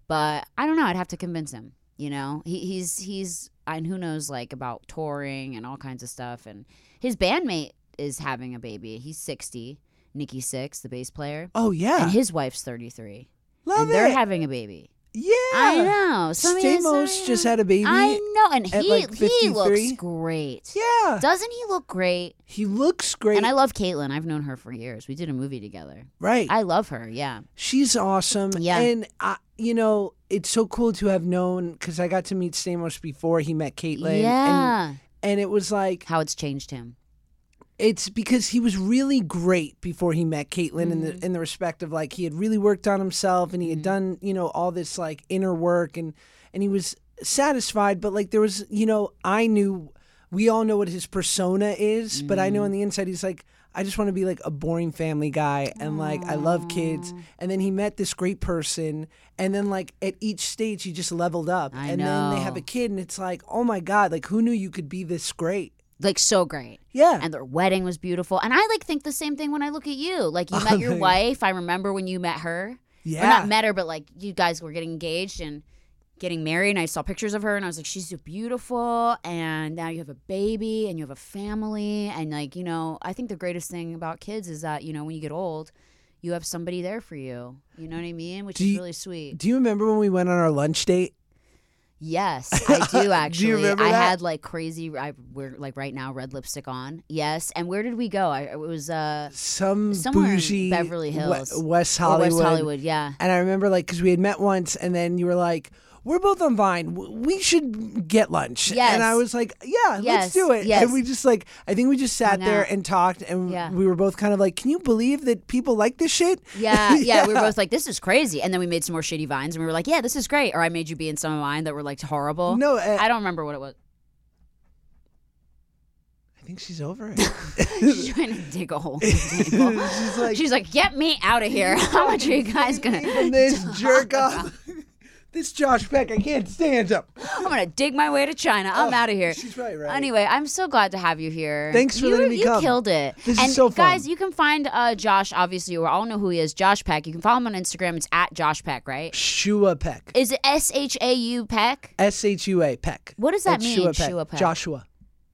A: But I don't know. I'd have to convince him. You know, he, he's he's and who knows like about touring and all kinds of stuff. And his bandmate is having a baby. He's 60. Nikki Six, the bass player,
B: Oh, yeah.
A: and his wife's 33,
B: Love
A: and they're
B: it.
A: having a baby.
B: yeah.
A: I know. So, I mean, it's-
B: Stamos
A: I
B: just
A: know.
B: had a baby.
A: I know, and
B: at,
A: he
B: like,
A: he
B: 53.
A: looks great.
B: yeah.
A: Doesn't he look great?
B: He looks great.
A: And I love Caitlyn. I've known her for years. We did a movie together.
B: right.
A: I love her. Yeah.
B: She's awesome.
A: Yeah.
B: And, I, you know, it's so cool to have known because I got to meet Stamos before he met Caitlyn. And,
A: yeah.
B: and it was like,
A: How it's changed him.
B: it's because he was really great before he met Caitlyn in
A: Mm-hmm.
B: the in the respect of like he had really worked on himself and he had done you know all this like inner work and and he was satisfied but like there was you know I knew we all know what his persona is but I know
A: Mm.
B: on the inside he's like I just want to be like a boring family guy and like I love kids and then he met this great person and then like at each stage he just leveled up
A: I
B: and then they have
A: know.
B: a kid and it's like oh my god like who knew you could be this great
A: Like so great.
B: yeah
A: And their wedding was beautiful. And I like think the same thing when I look at you. Like you met your wife. I remember when you met her. Or
B: Oh, yeah
A: not met her, but like you guys were getting engaged and getting married and I saw pictures of her and I was like, She's so beautiful and now you have a baby and you have a family and like, you know, I think the greatest thing about kids is that, you know, when you get old, you have somebody there for you. You know what I mean? Which
B: Do
A: is
B: you-
A: really sweet.
B: Do you remember when we went on our lunch date?
A: Yes, I do actually.
B: remember
A: I
B: that?
A: had like crazy. I we're like right now red lipstick on. Yes, and where did we go? I it was uh
B: Some
A: Somewhere in
B: bougie
A: Beverly
B: we-
A: Hills.
B: West
A: or
B: Hollywood.
A: West Hollywood. Yeah,
B: And I remember like because we had met once, and then you were like, "We're both on Vine. W- We should get lunch."
A: Yes.
B: And I was like, "Yeah, let's
A: Yes,
B: do it."
A: yes.
B: And we just like I think we just sat
A: Hung
B: there
A: out.
B: and talked, and
A: Yeah.
B: we were both kind of like, "Can you believe that people like this shit?"
A: yeah, yeah, We were both like, "This is crazy," and then we made some more shitty vines, and we were like, "Yeah, this is great." Or I made you be in some of mine that were like horrible.
B: No, uh,
A: I don't remember what it was.
B: I think she's over it.
A: She's trying to dig a hole. in the table.
B: she's like,
A: She's like, "Get me out of here! How much are you guys
B: "From
A: gonna?"
B: this jerk off, this Josh Beck, I can't stand him.
A: I'm gonna dig my way to China.
B: Oh,
A: I'm out of here.
B: She's probably right.
A: Anyway, I'm so glad to have you here.
B: Thanks for
A: you,
B: letting me
A: you
B: come.
A: killed it.
B: This is
A: and
B: so fun.
A: guys, you can find uh, Josh. Obviously, we all know who he is. Josh Peck. You can follow him on Instagram. It's at Josh Peck, right?
B: Shua Peck.
A: Is it S H A U Peck?
B: S H U A Peck.
A: What does that
B: That's
A: mean,
B: Shua Peck.
A: Shua Peck?
B: Joshua.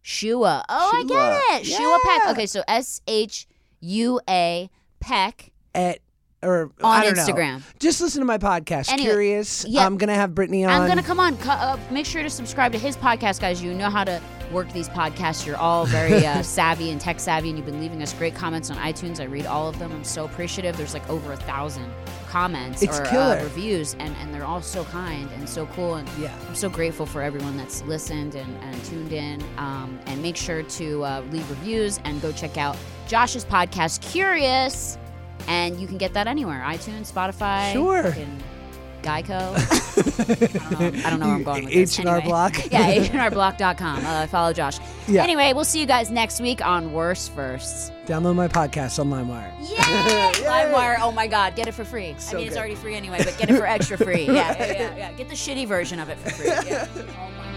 A: Shua. Oh,
B: Shua.
A: I get it. Shua Peck.
B: Yeah.
A: Okay, so S H U A Peck.
B: At or
A: On
B: I don't know.
A: Instagram.
B: Just listen to my podcast.
A: Anyway,
B: Curious.
A: yeah.
B: I'm gonna have Brittany on.
A: I'm gonna come on. Co- uh, make sure to subscribe to his podcast, guys. You know how to work these podcasts. You're all very uh, savvy and tech savvy, and you've been leaving us great comments on iTunes. I read all of them. I'm so appreciative. There's like over a thousand comments
B: It's
A: or
B: killer.
A: Uh, reviews, and, and they're all so kind and so cool. And
B: Yeah.
A: I'm so grateful for everyone that's listened and, and tuned in. Um, and make sure to uh, leave reviews and go check out Josh's podcast, Curious. And you can get that anywhere iTunes, Spotify,
B: Sure.
A: fucking Geico. I, don't know, I don't know where I'm going with this.
B: H&R
A: Anyway.
B: Block.
A: yeah, H&RBlock.com. Uh, follow Josh.
B: Yeah.
A: Anyway, we'll see you guys next week on Worst Firsts.
B: Download my podcast on LimeWire.
A: Yay! LimeWire. Oh my God, get it for free. I mean, it's
B: good.
A: already free anyway, but get it for extra free. Yeah, yeah, yeah, yeah. Get the shitty version of it for free. Yeah. Oh my